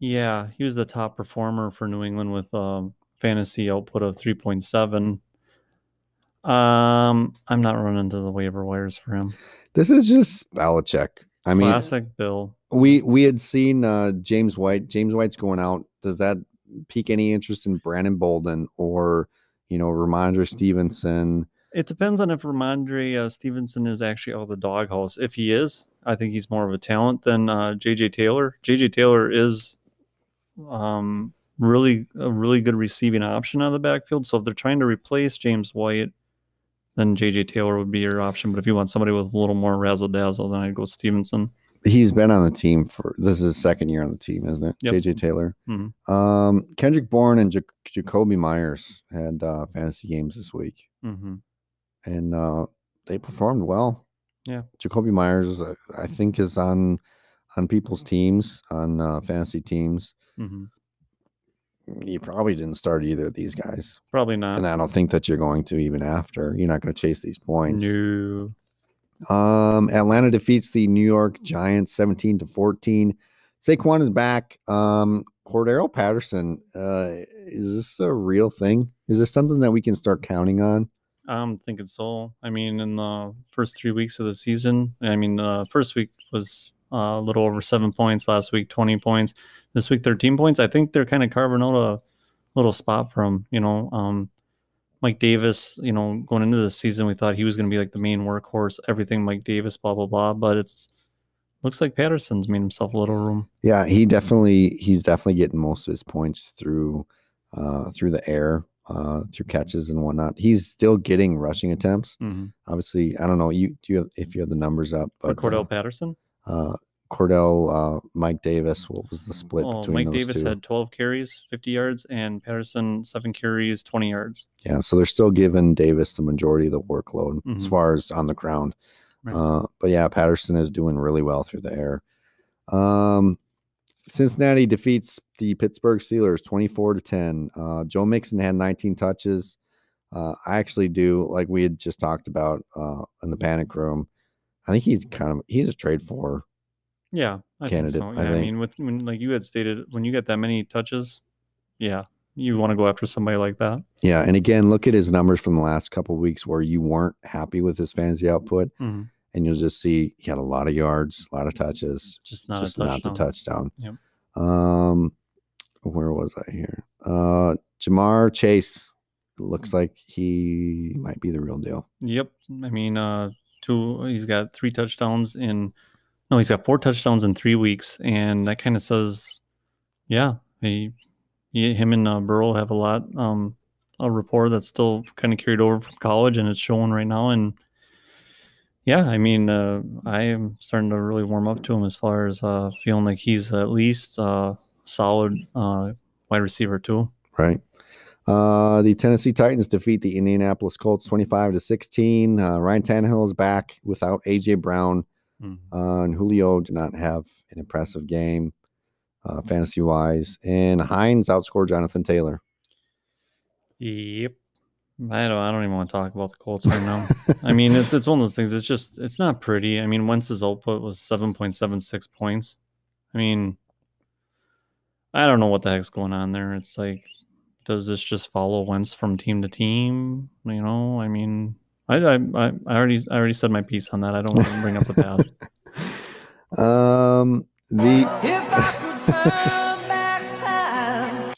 Speaker 3: yeah, he was the top performer for New England with um, fantasy output of three point seven. Um, I'm not running to the waiver wires for him.
Speaker 2: this is just Belichick. I mean,
Speaker 3: Classic Bill.
Speaker 2: we we had seen uh, James White. James White's going out. Does that pique any interest in Brandon Bolden or you know Ramondre Stevenson?
Speaker 3: It depends on if Ramondre uh, Stevenson is actually out of the doghouse. If he is, I think he's more of a talent than uh, JJ Taylor. JJ Taylor is um, really a really good receiving option out of the backfield. So if they're trying to replace James White, then JJ Taylor would be your option. But if you want somebody with a little more razzle dazzle, then I'd go Stevenson.
Speaker 2: He's been on the team for this is his second year on the team, isn't it?
Speaker 3: Yep.
Speaker 2: JJ Taylor,
Speaker 3: Mhm.
Speaker 2: um, Kendrick Bourne, and Ja- Jacoby Myers had uh, fantasy games this week.
Speaker 3: Mm-hmm.
Speaker 2: and uh, they performed well.
Speaker 3: Yeah.
Speaker 2: Jacoby Myers, uh, I think, is on on people's teams, on uh, fantasy teams.
Speaker 3: Mm-hmm.
Speaker 2: You probably didn't start either of these guys,
Speaker 3: Probably not.
Speaker 2: and I don't think that you're going to even after. You're not going to chase these points.
Speaker 3: No.
Speaker 2: Um, Atlanta defeats the New York Giants 17 to 14. Saquon is back. Um, Cordero Patterson, uh, is this a real thing? Is this something that we can start counting on?
Speaker 3: I'm thinking so. I mean, in the first three weeks of the season, I mean, uh, first week was uh, a little over seven points. Last week, 20 points. This week, 13 points. I think they're kind of carving out a little spot for him. You know, um, Mike Davis, you know, going into the season, we thought he was going to be like the main workhorse, everything Mike Davis, blah, blah, blah. But it's looks like Patterson's made himself a little room.
Speaker 2: Yeah, he definitely he's definitely getting most of his points through uh through the air, uh through catches and whatnot. He's still getting rushing attempts. Obviously, I don't know you do you have, if you have the numbers up,
Speaker 3: For
Speaker 2: but
Speaker 3: Cordell Patterson?
Speaker 2: uh, uh, Cordell, uh, Mike Davis. What was the split
Speaker 3: Oh,
Speaker 2: between
Speaker 3: Mike
Speaker 2: those
Speaker 3: Davis
Speaker 2: two?
Speaker 3: had 12 carries, 50 yards, and Patterson, seven carries, 20 yards.
Speaker 2: Yeah, so they're still giving Davis the majority of the workload as
Speaker 3: Mhm.
Speaker 2: far as on the ground.
Speaker 3: Right.
Speaker 2: Uh, but yeah, Patterson is doing really well through the air. Um, Cincinnati defeats the Pittsburgh Steelers 24 to 10. Uh, Joe Mixon had 19 touches. Uh, I actually do like we had just talked about uh, in the panic room. I think he's kind of he's a trade for.
Speaker 3: Yeah, I
Speaker 2: candidate,
Speaker 3: Think so.
Speaker 2: I
Speaker 3: yeah, I,
Speaker 2: think.
Speaker 3: mean, with when like you had stated, when you get that many touches, yeah, you want to go after somebody like that.
Speaker 2: Yeah, and again, look at his numbers from the last couple of weeks where you weren't happy with his fantasy output,
Speaker 3: Mhm.
Speaker 2: and you'll just see he had a lot of yards, a lot of touches,
Speaker 3: Just not
Speaker 2: just
Speaker 3: a
Speaker 2: not the
Speaker 3: touchdown.
Speaker 2: touchdown.
Speaker 3: Yep.
Speaker 2: Um, where was I here? Uh, Jamar Chase
Speaker 3: Hmm.
Speaker 2: looks like he might be the real deal.
Speaker 3: Yep. I mean, uh, two. He's got three touchdowns in. No, he's got four touchdowns in three weeks, and that kind of says, yeah, he, he him and uh, Burrow have a lot um a rapport that's still kind of carried over from college, and it's showing right now. And yeah, I mean, uh, I am starting to really warm up to him as far as uh, feeling like he's at least uh, solid uh, wide receiver too.
Speaker 2: right? Uh, the Tennessee Titans defeat the Indianapolis Colts 25 to 16. Uh, Ryan Tannehill is back without AJ Brown, uh, and Julio did not have an impressive game, uh,
Speaker 3: Hmm.
Speaker 2: fantasy wise. And Hines outscored Jonathan Taylor.
Speaker 3: Yep. I don't. I don't even want to talk about the Colts right now. I mean, it's it's one of those things. It's just it's not pretty. I mean, Wentz's output was seven point seven six points. I mean, I don't know what the heck's going on there. It's like, does this just follow Wentz from team to team? You know, I mean, I I, I I already I already said my piece on that. I don't want to bring up the past.
Speaker 2: um, the
Speaker 5: If I could turn back time.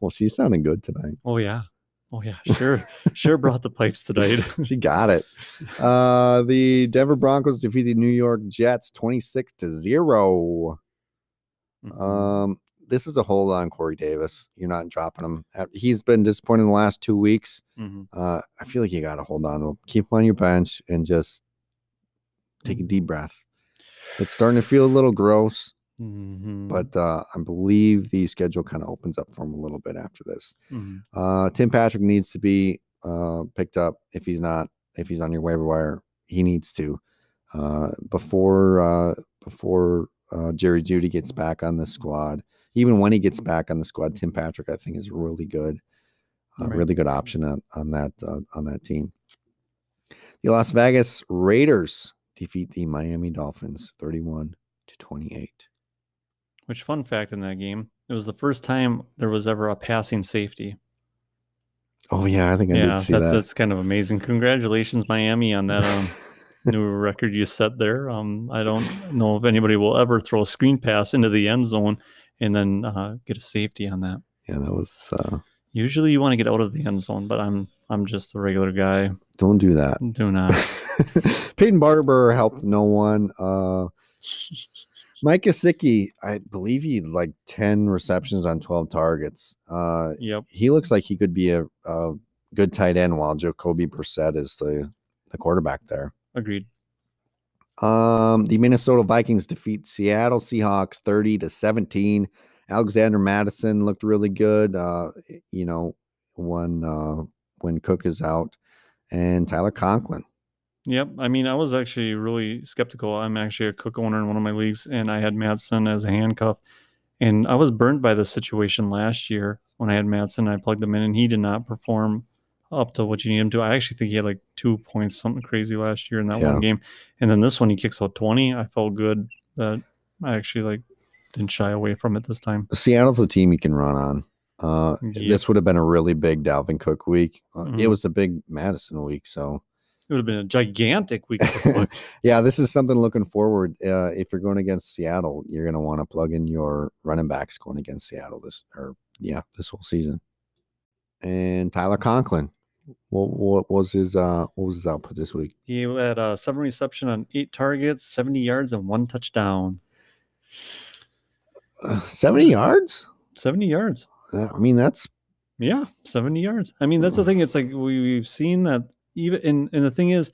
Speaker 2: well, she's sounding good tonight.
Speaker 3: Oh yeah, oh yeah, sure, sure. Brought the pipes tonight.
Speaker 2: She got it. Uh, the Denver Broncos defeat the New York Jets 26 to 0. Um, this is a hold on Corey Davis. You're not dropping him. Uh, He's been disappointed in the last two weeks.
Speaker 3: Mhm.
Speaker 2: Uh, I feel like you got to hold on to him. Keep him on your bench and just take a deep breath. It's starting to feel a little gross,
Speaker 3: Mhm.
Speaker 2: but uh, I believe the schedule kind of opens up for him a little bit after this.
Speaker 3: Mhm.
Speaker 2: Uh, Tim Patrick needs to be uh, picked up. If he's not, if he's on your waiver wire, he needs to uh, before uh, before uh, Jerry Judy gets back on the squad. Even when he gets back on the squad, Tim Patrick I think is really good, a
Speaker 3: Right.
Speaker 2: really good option on, on that uh, on that team. The Las Vegas Raiders defeat the Miami Dolphins thirty-one to twenty-eight.
Speaker 3: Which fun fact in that game, it was the first time there was ever a passing safety.
Speaker 2: Oh yeah, I think I
Speaker 3: yeah,
Speaker 2: did
Speaker 3: that's
Speaker 2: see that.
Speaker 3: that's kind of amazing. Congratulations, Miami, on that um, new record you set there. Um, I don't know if anybody will ever throw a screen pass into the end zone and then uh, get a safety on that.
Speaker 2: yeah, that was. Uh,
Speaker 3: Usually, you want to get out of the end zone, but I'm I'm just a regular guy.
Speaker 2: don't do that.
Speaker 3: Do not.
Speaker 2: Peyton Barber helped no one. Uh, Mike Kosicki, I believe he had like 10 receptions on 12 targets. Uh,
Speaker 3: yep.
Speaker 2: he looks like he could be a, a good tight end while Jacoby Brissett is the, the quarterback there.
Speaker 3: Agreed.
Speaker 2: Um, the Minnesota Vikings defeat Seattle Seahawks 30 to 17. Alexander Madison looked really good. Uh, you know, when uh, when Cook is out and Tyler Conklin.
Speaker 3: Yep. I mean, I was actually really skeptical. I'm actually a cook owner in one of my leagues, and I had Matson as a handcuff. And I was burnt by this situation last year when I had Matson. I plugged him in, and he did not perform up to what you need him to. I actually think he had like two points, something crazy last year in that
Speaker 2: Yeah.
Speaker 3: one game. And then this one, he kicks out 20. I felt good that I actually like didn't shy away from it this time.
Speaker 2: Seattle's a team you can run on. Uh,
Speaker 3: Yeah.
Speaker 2: This would have been a really big Dalvin Cook week. Uh, It
Speaker 3: Mhm.
Speaker 2: was a big Madison week. So,
Speaker 3: It would have been a gigantic week. for Cook.
Speaker 2: yeah, this is something looking forward. Uh, if you're going against Seattle, you're going to want to plug in your running backs going against Seattle this or yeah, this whole season. And Tyler Conklin, what what was his uh what was his output this week?
Speaker 3: he had uh, seven reception on eight targets, 70 yards, and one touchdown.
Speaker 2: Uh, Seventy yards.
Speaker 3: 70 yards.
Speaker 2: That- I mean, that's
Speaker 3: Yeah, 70 yards. I mean, that's the thing. It's like we, we've seen that even and, and the thing is,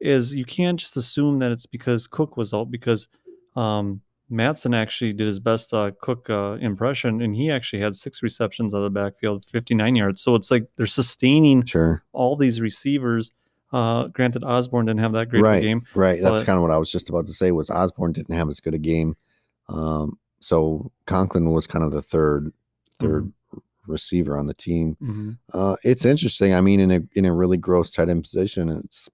Speaker 3: is you can't just assume that it's because Cook was out because um Matson actually did his best uh, Cook uh, impression and he actually had six receptions out of the backfield, 59 yards. So it's like they're sustaining
Speaker 2: sure
Speaker 3: all these receivers. Uh, granted, Osborne didn't have that great of a
Speaker 2: right.
Speaker 3: game.
Speaker 2: Right. That's
Speaker 3: but-
Speaker 2: kind of what I was just about to say was Osborne didn't have as good a game. Um, so Conklin was kind of the third third
Speaker 3: Mm-hmm.
Speaker 2: receiver on the team. Uh, it's interesting. I mean, in a in a really gross tight end position, it's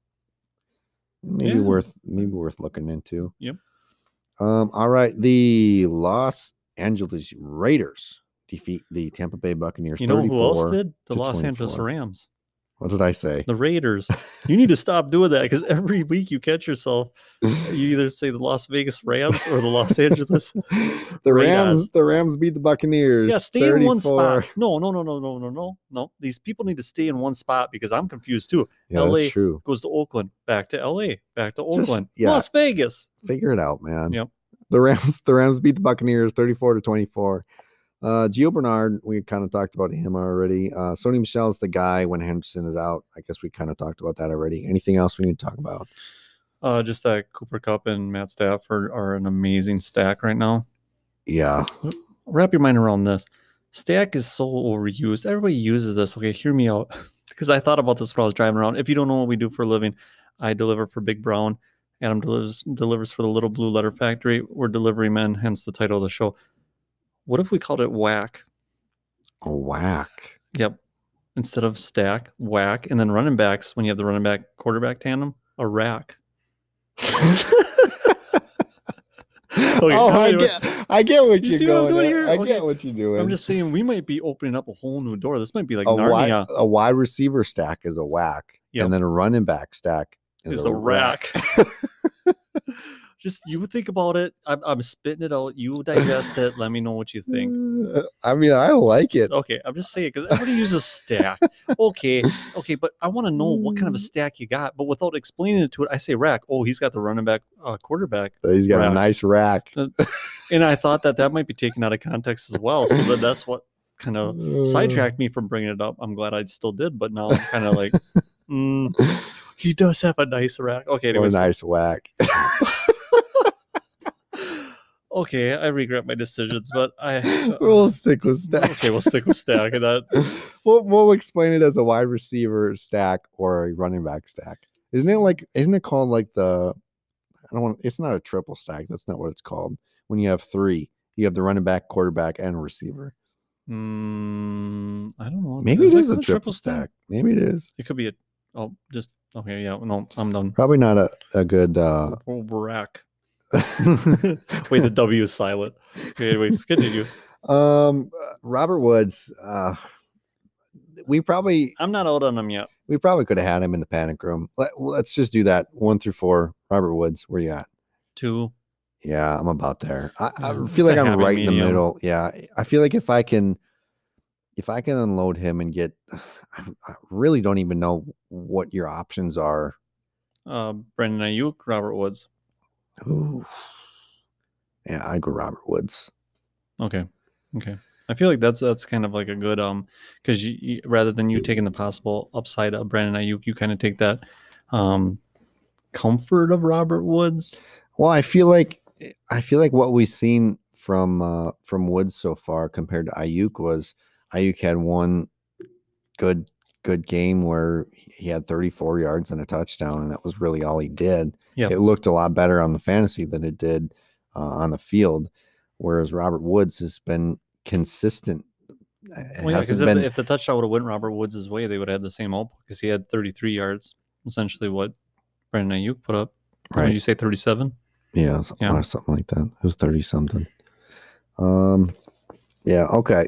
Speaker 2: maybe
Speaker 3: Yeah.
Speaker 2: worth maybe worth looking into.
Speaker 3: Yep.
Speaker 2: Um, all right. The Los Angeles Raiders defeat the Tampa Bay Buccaneers.
Speaker 3: You know
Speaker 2: 34.
Speaker 3: who else did? The
Speaker 2: to
Speaker 3: Los Angeles
Speaker 2: 24.
Speaker 3: Rams.
Speaker 2: What did I say?
Speaker 3: The Raiders. You need to stop doing that because every week you catch yourself. You either say the Las Vegas Rams or the Los Angeles.
Speaker 2: the
Speaker 3: Raiders.
Speaker 2: Rams. The Rams beat the Buccaneers.
Speaker 3: Yeah, stay in one
Speaker 2: 34.
Speaker 3: spot. No, no, no, no, no, no, no, no. These people need to stay in one spot because I'm confused too.
Speaker 2: Yeah,
Speaker 3: LA.
Speaker 2: that's true.
Speaker 3: Goes to Oakland, back to LA, back to
Speaker 2: Just-
Speaker 3: Oakland,
Speaker 2: yeah.
Speaker 3: Las Vegas.
Speaker 2: Figure it out, man.
Speaker 3: Yep.
Speaker 2: The Rams. The Rams beat the Buccaneers, thirty-four to twenty-four. Uh, Gio Bernard, we kind of talked about him already. Uh, Sony Michelle's the guy when Henderson is out. I guess we kind of talked about that already. Anything else we need to talk about?
Speaker 3: Uh, just that Cooper Cup and Matt Stafford are an amazing stack right now.
Speaker 2: Yeah.
Speaker 3: wrap your mind around this. Stack is so overused. Everybody uses this. Okay, hear me out. Because I thought about this when I was driving around. If you don't know what we do for a living, I deliver for Big Brown. Adam delivers delivers for the Little Blue Letter Factory. We're delivery men, hence the title of the show. What if we called it whack?
Speaker 2: Oh, whack.
Speaker 3: Yep. Instead of stack, whack, and then running backs, when you have the running back quarterback tandem, a rack.
Speaker 2: oh,
Speaker 3: now
Speaker 2: I
Speaker 3: anyway.
Speaker 2: get, I get what
Speaker 3: You
Speaker 2: you are
Speaker 3: see what I'm
Speaker 2: going.
Speaker 3: doing
Speaker 2: at.
Speaker 3: here?
Speaker 2: I
Speaker 3: Okay.
Speaker 2: get what you're doing.
Speaker 3: I'm just saying we might be opening up a whole new door. This might be like
Speaker 2: a
Speaker 3: Narnia.
Speaker 2: wide a wide receiver stack is a whack,
Speaker 3: Yep.
Speaker 2: and then a running back stack is,
Speaker 3: is a rack. Just you think about it. I'm, I'm spitting it out. You digest it. Let me know what you think.
Speaker 2: Uh, I mean, I like it.
Speaker 3: Okay, I'm just saying because everybody uses stack. Okay, okay, but I want to know what kind of a stack you got. But without explaining it to it, I say rack. Oh, he's got the running back, uh, quarterback,
Speaker 2: He's got a
Speaker 3: rack.
Speaker 2: nice rack.
Speaker 3: and I thought that that might be taken out of context as well. So that that's what kind of
Speaker 2: Mm.
Speaker 3: sidetracked me from bringing it up. I'm glad I still did, but now I'm kind of like, mm, he does have a nice rack. Okay,
Speaker 2: Uh, Or a
Speaker 3: anyways,
Speaker 2: nice whack.
Speaker 3: okay, I regret my decisions, but I uh, um,
Speaker 2: we'll stick with stack.
Speaker 3: okay, we'll stick with stack and that.
Speaker 2: we'll we'll explain it as a wide receiver stack or a running back stack. Isn't it like? Isn't it called like the? I don't want. It's not a triple stack. That's not what it's called. When you have three, you have the running back, quarterback, and receiver.
Speaker 3: Mm, I don't know.
Speaker 2: Maybe
Speaker 3: Is that
Speaker 2: there's a
Speaker 3: called
Speaker 2: triple, stack. Maybe it is.
Speaker 3: It could be a oh, just okay. Yeah, no, I'm done.
Speaker 2: Probably not a, a good uh
Speaker 3: Oh, rack. Wait, the W is silent. Okay, anyways, continue.
Speaker 2: um uh, Robert Woods uh we probably
Speaker 3: I'm not out on them yet.
Speaker 2: we probably could have had him in the panic room. Let, let's just do that. 1 through 4. Robert Woods, where you at?
Speaker 3: Two.
Speaker 2: Yeah, I'm about there. I, I
Speaker 3: Mm,
Speaker 2: feel like
Speaker 3: it's a
Speaker 2: I'm
Speaker 3: happy
Speaker 2: right in the
Speaker 3: medium.
Speaker 2: middle. Yeah, I feel like if I can, if I can unload him and get, I, I really don't even know what your options are.
Speaker 3: Uh, Brandon Ayuk, Robert Woods.
Speaker 2: Ooh. Yeah, I go Robert Woods.
Speaker 3: Okay. Okay. I feel like that's that's kind of like a good um because you, you rather than you taking the possible upside of Brandon Ayuk, you kind of take that um comfort of Robert Woods.
Speaker 2: Well, I feel like I feel like what we've seen from uh, from Woods so far compared to Ayuk was Ayuk had one good good game where he had 34 yards and a touchdown, and that was really all he did.
Speaker 3: Yeah.
Speaker 2: It looked a lot better on the fantasy than it did uh, on the field, whereas Robert Woods has been consistent. It
Speaker 3: Well, yeah,
Speaker 2: hasn't
Speaker 3: because if,
Speaker 2: been-
Speaker 3: the- if the touchdown would have went Robert Woods' way, they would have had the same output because he had 33 yards, essentially what Brandon Ayuk put up. Or
Speaker 2: Right.
Speaker 3: Did you say 37?
Speaker 2: Yeah, something,
Speaker 3: Yeah.
Speaker 2: Or something like that. It was 30 something. Um yeah, okay.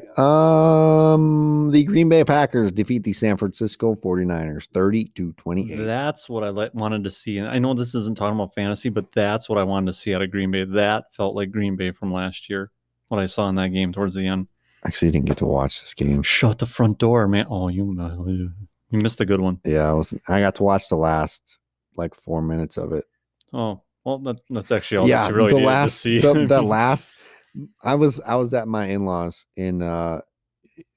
Speaker 2: Um the Green Bay Packers defeat the San Francisco 49ers 30 to 28.
Speaker 3: That's what I like, wanted to see. And I know this isn't talking about fantasy, but that's what I wanted to see out of Green Bay. That felt like Green Bay from last year, what I saw in that game towards the end.
Speaker 2: Actually didn't get to watch this game.
Speaker 3: Shut the front door, man. Oh, you you missed a good one.
Speaker 2: Yeah, I was I got to watch the last like 4 minutes of it.
Speaker 3: Oh, well, that, that's actually all
Speaker 2: yeah,
Speaker 3: that you really
Speaker 2: the
Speaker 3: needed to
Speaker 2: last
Speaker 3: see.
Speaker 2: the, the last I was I was at my in-laws in uh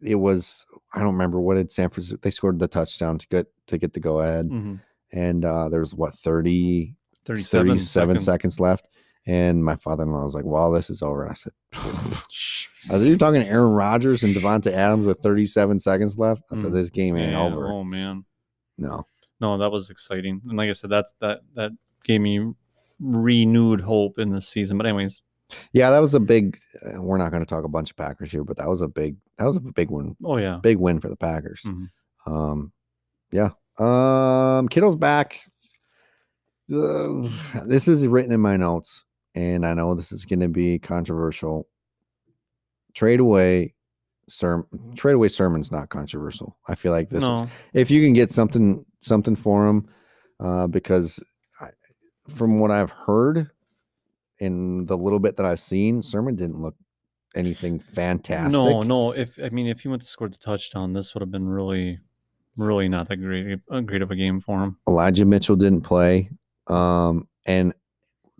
Speaker 2: it was I don't remember what did San Francisco they scored the touchdown to get to get the go ahead
Speaker 3: Mhm.
Speaker 2: and uh there was what 30
Speaker 3: 37,
Speaker 2: 37
Speaker 3: seconds.
Speaker 2: seconds. left. And my father in law was like, Well, this is over. And I said, I said, You're talking Aaron Rodgers and Devonta Adams with 37 seconds left. I said,
Speaker 3: Mm.
Speaker 2: This game ain't
Speaker 3: Yeah,
Speaker 2: over.
Speaker 3: Oh, man.
Speaker 2: No.
Speaker 3: No, that was exciting. And like I said, that's that that gave me renewed hope in this season. But anyways,
Speaker 2: Yeah, that was a big uh, we're not gonna talk a bunch of Packers here, but that was a big that was a big one,
Speaker 3: oh yeah.
Speaker 2: big win for the Packers.
Speaker 3: Mhm.
Speaker 2: Um yeah. Um Kittle's back. Uh, this is written in my notes, and I know this is gonna be controversial. Trade away sermon straightaway sermon's not controversial. I feel like this is
Speaker 3: no,
Speaker 2: if you can get something something for him uh, because I, from what i've heard in the little bit that i've seen sermon didn't look anything fantastic
Speaker 3: no, no. If I mean, if he went to score the touchdown, this would have been really, really not that great, a great of a game for him.
Speaker 2: elijah mitchell didn't play um, and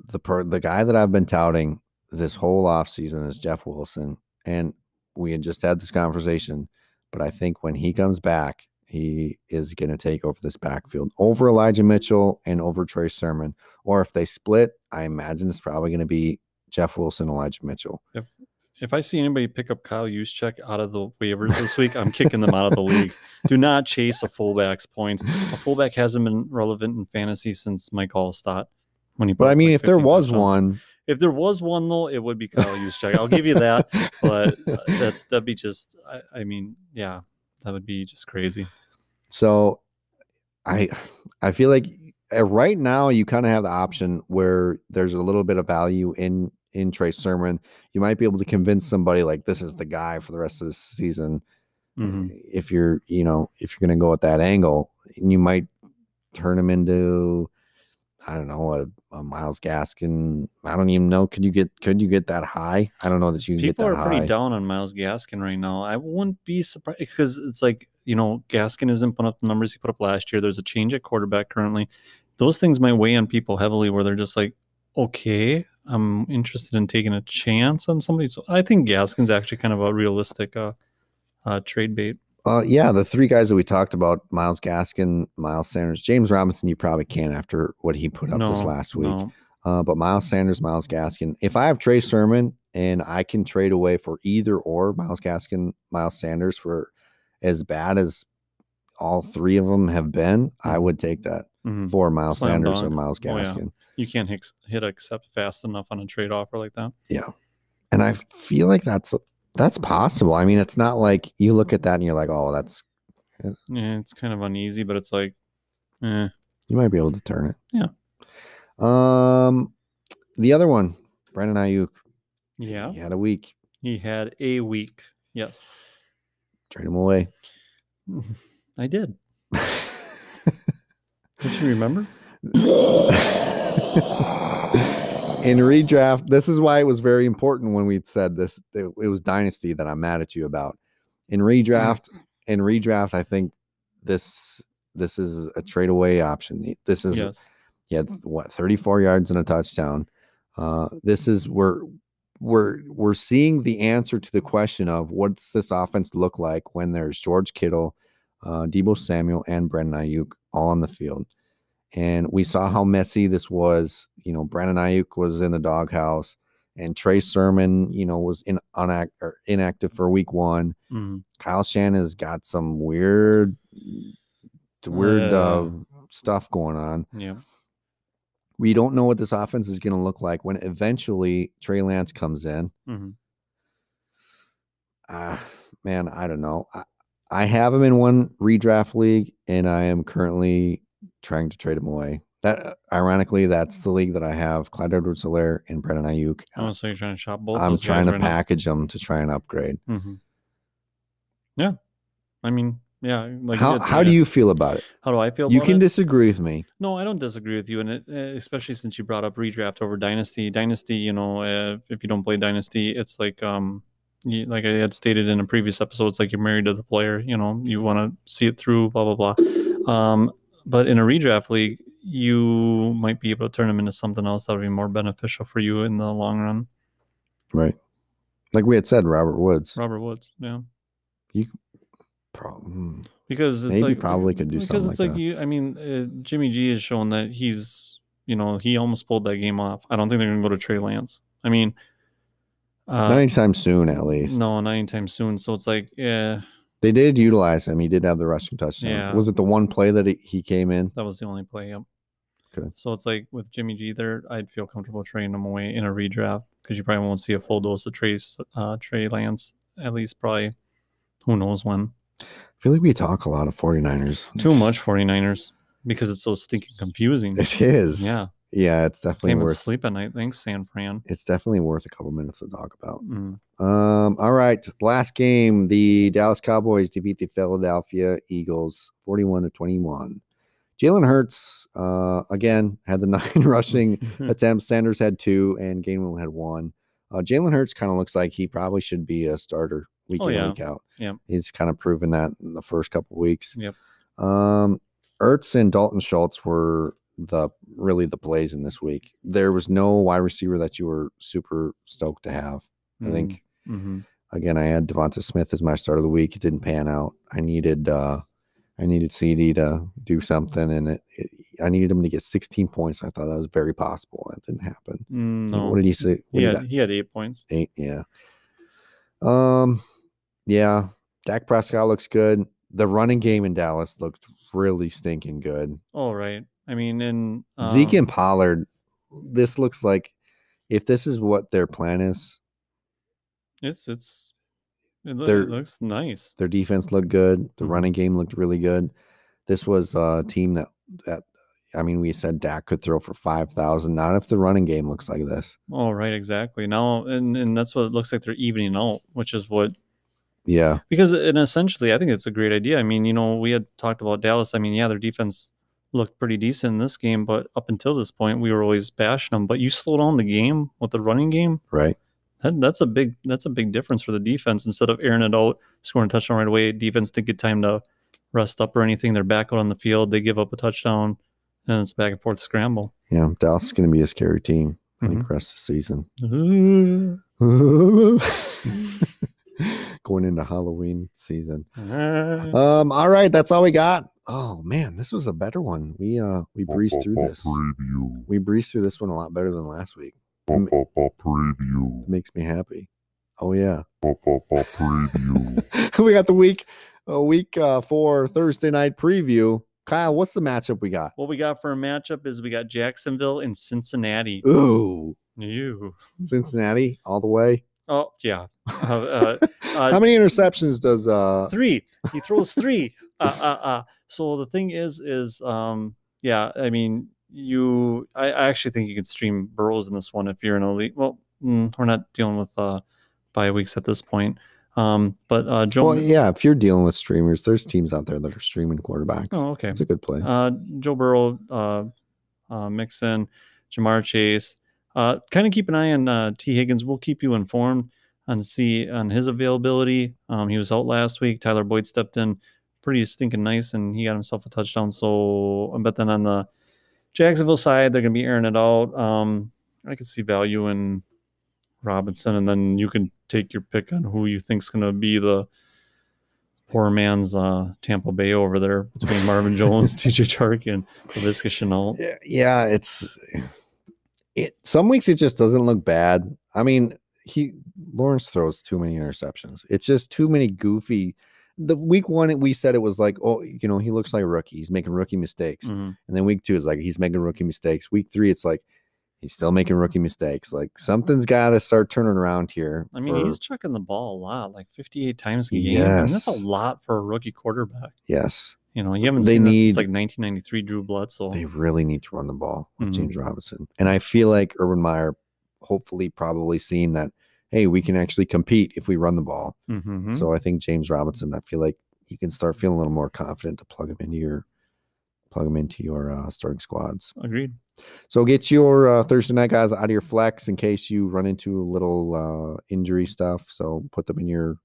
Speaker 2: the per- the guy that i've been touting this whole offseason is jeff wilson and we had just had this conversation but i think when he comes back he is going to take over this backfield over Elijah Mitchell and over Trey Sermon. Or if they split, I imagine it's probably going to be Jeff Wilson, Elijah Mitchell.
Speaker 3: If I see anybody pick up Kyle Juszczyk out of the waivers this week, I'm kicking them out of the league. Do not chase a fullback's points. A fullback hasn't been relevant in fantasy since Mike Allstott. When he
Speaker 2: But
Speaker 3: put
Speaker 2: I
Speaker 3: up,
Speaker 2: mean,
Speaker 3: like,
Speaker 2: if there
Speaker 3: 15
Speaker 2: was
Speaker 3: touchdowns.
Speaker 2: one,
Speaker 3: if there was one though, it would be Kyle Juszczyk. I'll give you that. But uh, that's that'd be just. I, I mean, yeah, that would be just crazy.
Speaker 2: so I I feel like uh, right now you kind of have the option where there's a little bit of value in in Trey Sermon. You might be able to convince somebody like this is the guy for the rest of the season.
Speaker 3: Mhm.
Speaker 2: If you're you know if you're going to go at that angle, and you might turn him into I don't know a, a Miles Gaskin. I don't even know. Could you get could you get that high? I don't know that you can
Speaker 3: People
Speaker 2: get
Speaker 3: are
Speaker 2: that high.
Speaker 3: pretty down on Miles Gaskin right now. I wouldn't be surprised because it's like you know Gaskin isn't putting up the numbers he put up last year. There's a change at quarterback currently. Those things might weigh on people heavily, where they're just like, okay, I'm interested in taking a chance on somebody. So I think Gaskin's actually kind of a realistic uh, uh, trade bait.
Speaker 2: Uh, yeah, the three guys that we talked about, Miles Gaskin, Miles Sanders, James Robinson, you probably can't after what he put up this last week.
Speaker 3: no.
Speaker 2: Uh, but Miles Sanders, Miles Gaskin. If I have Trey Sermon and I can trade away for either or Miles Gaskin, Miles Sanders for as bad as all three of them have been, I would take that
Speaker 3: Mhm.
Speaker 2: for Miles
Speaker 3: Mm. Slam
Speaker 2: Sanders or
Speaker 3: dunk.
Speaker 2: Miles
Speaker 3: Oh, yeah.
Speaker 2: Gaskin.
Speaker 3: you can't hit, hit accept fast enough on a trade offer like that.
Speaker 2: and I feel like that's that's possible. I mean, it's not like you look at that and you're like, oh, that's
Speaker 3: Yeah, Eh, it's kind of uneasy, but it's like, eh.
Speaker 2: You might be able to turn it.
Speaker 3: Yeah.
Speaker 2: Um, the other one, Brandon Ayuk.
Speaker 3: yeah,
Speaker 2: He had a week.
Speaker 3: he had a week. Yes,
Speaker 2: Trade him away.
Speaker 3: I did. Don't you remember?
Speaker 2: In redraft, this is why it was very important when we said this. It, it was dynasty that I'm mad at you about. In redraft, in redraft, I think this this is a trade away option. This is
Speaker 3: Yes.
Speaker 2: He had th- what 34 yards and a touchdown. Uh, this is where we're we're seeing the answer to the question of what's this offense look like when there's George Kittle, uh, Debo Samuel, and Brandon Ayuk all on the field. And we saw how messy this was. You know, Brandon Ayuk was in the doghouse, and Trey Sermon, you know, was in unact- or inactive for week one.
Speaker 3: Mhm.
Speaker 2: Kyle Shannon's got some weird, weird uh, stuff going on
Speaker 3: Yeah.
Speaker 2: we don't know what this offense is going to look like when eventually Trey Lance comes in.
Speaker 3: hmm
Speaker 2: Ah, man, I don't know. I, I have him in one redraft league, and I am currently trying to trade him away. That uh, ironically, that's the league that I have Clyde Edwards Hilaire and Brendan Ayuk.
Speaker 3: Oh, so you're trying to shop both.
Speaker 2: I'm
Speaker 3: those guys
Speaker 2: trying to
Speaker 3: right now.
Speaker 2: package them to try and upgrade.
Speaker 3: Mhm. Yeah. I mean, yeah. Like
Speaker 2: how
Speaker 3: it's
Speaker 2: how do
Speaker 3: gonna-
Speaker 2: you feel about it?
Speaker 3: How do I feel?
Speaker 2: You
Speaker 3: about
Speaker 2: can
Speaker 3: it?
Speaker 2: disagree with me.
Speaker 3: No, I don't disagree with you, and it, uh, especially since you brought up redraft over dynasty. Dynasty, you know, uh, if you don't play dynasty, it's like um, you, like I had stated in a previous episode, it's like you're married to the player. You know, you want to see it through, blah blah blah. Um, but in a redraft league, you might be able to turn them into something else that would be more beneficial for you in the long run.
Speaker 2: Right. Like we had said, Robert Woods.
Speaker 3: Robert Woods, yeah,
Speaker 2: Pro- mm,
Speaker 3: because it's
Speaker 2: Maybe
Speaker 3: like
Speaker 2: probably could do
Speaker 3: because
Speaker 2: something
Speaker 3: it's
Speaker 2: like
Speaker 3: like
Speaker 2: that.
Speaker 3: you. I mean, uh, Jimmy G has shown that he's, you know, he almost pulled that game off. I don't think they're going to go to Trey Lance. I mean,
Speaker 2: Not
Speaker 3: uh,
Speaker 2: anytime soon, at least.
Speaker 3: no, not anytime soon. So it's like, yeah,
Speaker 2: They did utilize him. He did have the rushing touchdown.
Speaker 3: Yeah.
Speaker 2: Was it the one play that he, he came in?
Speaker 3: that was the only play. Yep.
Speaker 2: Okay.
Speaker 3: So it's like with Jimmy G there, I'd feel comfortable trading him away in a redraft because you probably won't see a full dose of Trace, uh, Trey Lance at least probably. Who knows when?
Speaker 2: I feel like we talk a lot of 49ers.
Speaker 3: Too much 49ers because it's so stinking confusing.
Speaker 2: It is.
Speaker 3: Yeah.
Speaker 2: Yeah, it's definitely
Speaker 3: Came and
Speaker 2: worth.
Speaker 3: sleep at night. Thanks, San Fran.
Speaker 2: It's definitely worth a couple minutes to talk about.
Speaker 3: Mm.
Speaker 2: Um, all right. Last game, the Dallas Cowboys defeat the Philadelphia Eagles 41 to 21. Jalen Hurts, uh, again, had the nine rushing
Speaker 3: Hmm. Mm-hmm.
Speaker 2: attempts. Sanders had two, and Gainwell had one. Uh, Jalen Hurts kind of looks like he probably should be a starter week
Speaker 3: Oh,
Speaker 2: in,
Speaker 3: yeah.
Speaker 2: week out.
Speaker 3: Yep.
Speaker 2: He's kind of proven that in the first couple weeks.
Speaker 3: Yep.
Speaker 2: Um, Ertz and Dalton Schultz were the really the plays in this week. There was no wide receiver that you were super stoked to have. I think
Speaker 3: hmm
Speaker 2: again I had Devonta Smith as my start of the week. It didn't pan out. I needed uh I needed CD to do something, and it, it, I needed him to get 16 points. I thought that was very possible. That didn't happen.
Speaker 3: Mm-hmm. no.
Speaker 2: What did he say? What
Speaker 3: he,
Speaker 2: did
Speaker 3: had,
Speaker 2: I-
Speaker 3: he had eight points.
Speaker 2: Eight, yeah. Um, yeah. Dak Prescott looks good. The running game in Dallas looked really stinking good.
Speaker 3: All right. I mean, in
Speaker 2: Zeke
Speaker 3: um,
Speaker 2: and Pollard, this looks like if this is what their plan is,
Speaker 3: it's it's it, loo- it
Speaker 2: they're-
Speaker 3: looks nice.
Speaker 2: their defense looked good. The
Speaker 3: Mhm.
Speaker 2: running game looked really good. This was a team that that I mean, we said Dak could throw for five thousand. Not if the running game looks like this.
Speaker 3: All right, exactly. Now, and and that's what it looks like they're evening out, which is what
Speaker 2: Yeah,
Speaker 3: because and essentially i think it's a great idea i mean you know we had talked about dallas i mean yeah their defense looked pretty decent in this game but up until this point we were always bashing them but you slow down the game with the running game
Speaker 2: right.
Speaker 3: that, that's a big that's a big difference for the defense instead of airing it out scoring a touchdown right away defense didn't get time to rest up or anything they're back out on the field they give up a touchdown and it's back and forth scramble
Speaker 2: Yeah, Dallas is going to be a scary team. I think rest of the season.
Speaker 3: Mhm.
Speaker 2: Going into Halloween season. Um, all right, that's all we got. Oh man, this was a better one. We uh we breezed through this.
Speaker 7: Preview.
Speaker 2: We breezed through this one a lot better than last week.
Speaker 7: Preview.
Speaker 2: It makes me happy. Oh yeah.
Speaker 7: Preview.
Speaker 2: we got the week uh, week uh, four Thursday night preview. Kyle, what's the matchup we got?
Speaker 3: what we got for a matchup is we got jacksonville and cincinnati
Speaker 2: Ooh,
Speaker 3: Ew.
Speaker 2: Cincinnati all the way.
Speaker 3: oh yeah uh, uh,
Speaker 2: How many interceptions does uh
Speaker 3: three. He throws three. uh, uh, uh. So the thing is, is um, yeah. I mean, you. I, I actually think you could stream Burrows in this one if you're an elite. Well, mm, we're not dealing with uh bye weeks at this point. Um, but uh, Joe.
Speaker 2: well, yeah, if you're dealing with streamers, there's teams out there that are streaming quarterbacks.
Speaker 3: Oh, okay.
Speaker 2: It's a good play.
Speaker 3: Uh, Joe Burrow, uh, uh, Mixon, Jamar Chase. Uh, kind of keep an eye on uh, T. Higgins. We'll keep you informed on see on his availability. Um, he was out last week. Tyler Boyd stepped in pretty stinking nice, and he got himself a touchdown. So, I bet then on the Jacksonville side, they're going to be airing it out. Um, I could see value in Robinson, and then you can take your pick on who you think's going to be the poor man's uh, Tampa Bay over there between Marvin Jones, TJ Chark, and LaVisca Chenault.
Speaker 2: Yeah, yeah, it's it. Some weeks it just doesn't look bad. I mean, he Lawrence throws too many interceptions. It's just too many goofy. The week one we said it was like, oh, you know, he looks like a rookie. He's making rookie mistakes.
Speaker 3: Mhm.
Speaker 2: And then week two is like he's making rookie mistakes. Week three, it's like he's still making rookie mistakes. Like something's got to start turning around here.
Speaker 3: I mean,
Speaker 2: for-
Speaker 3: he's chucking the ball a lot, like 58 times a game. And that's
Speaker 2: Yes.
Speaker 3: a lot for a rookie quarterback.
Speaker 2: yes,
Speaker 3: You know, you haven't
Speaker 2: They
Speaker 3: seen that
Speaker 2: need-
Speaker 3: since like 1993 Drew Bledsoe.
Speaker 2: they really need to run the ball with
Speaker 3: Mhm.
Speaker 2: James Robinson. And I feel like Urban Meyer, hopefully, probably seeing that. Hey, we can actually compete if we run the ball.
Speaker 3: Mhm.
Speaker 2: So I think James Robinson. I feel like you can start feeling a little more confident to plug him into your plug him into your uh, starting squads.
Speaker 3: Agreed.
Speaker 2: So get your uh, Thursday night guys out of your flex in case you run into a little uh, injury stuff. So put them in your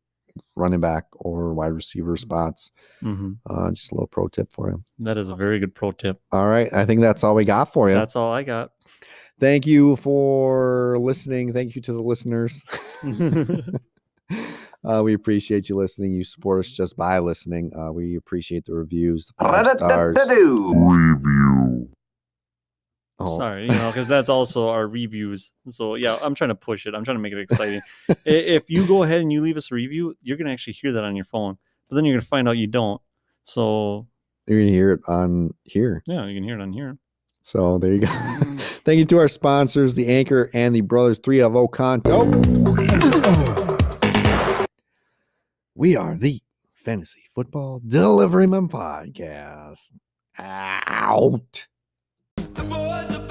Speaker 2: running back or wide receiver spots.
Speaker 3: hmm
Speaker 2: Uh, just a little pro tip for you.
Speaker 3: That is a very good pro tip.
Speaker 2: All right, I think that's all we got for you.
Speaker 3: That's all I got.
Speaker 2: Thank you for listening. Thank you to the listeners. uh, we appreciate you listening. You support us just by listening. Uh, we appreciate the reviews, the five stars.
Speaker 7: Preview.
Speaker 2: Oh,
Speaker 3: Sorry, you know, because that's also our reviews. So yeah, I'm trying to push it. I'm trying to make it exciting. I- if you go ahead and you leave us a review, you're gonna actually hear that on your phone. But then you're gonna find out you don't. So
Speaker 2: You're gonna hear it on here.
Speaker 3: yeah, you can hear it on here.
Speaker 2: So there you go. Thank you to our sponsors, the Anchor and the Brothers Three of Oconto. We are the Fantasy Football Deliveryman Podcast. Out.
Speaker 5: The boys are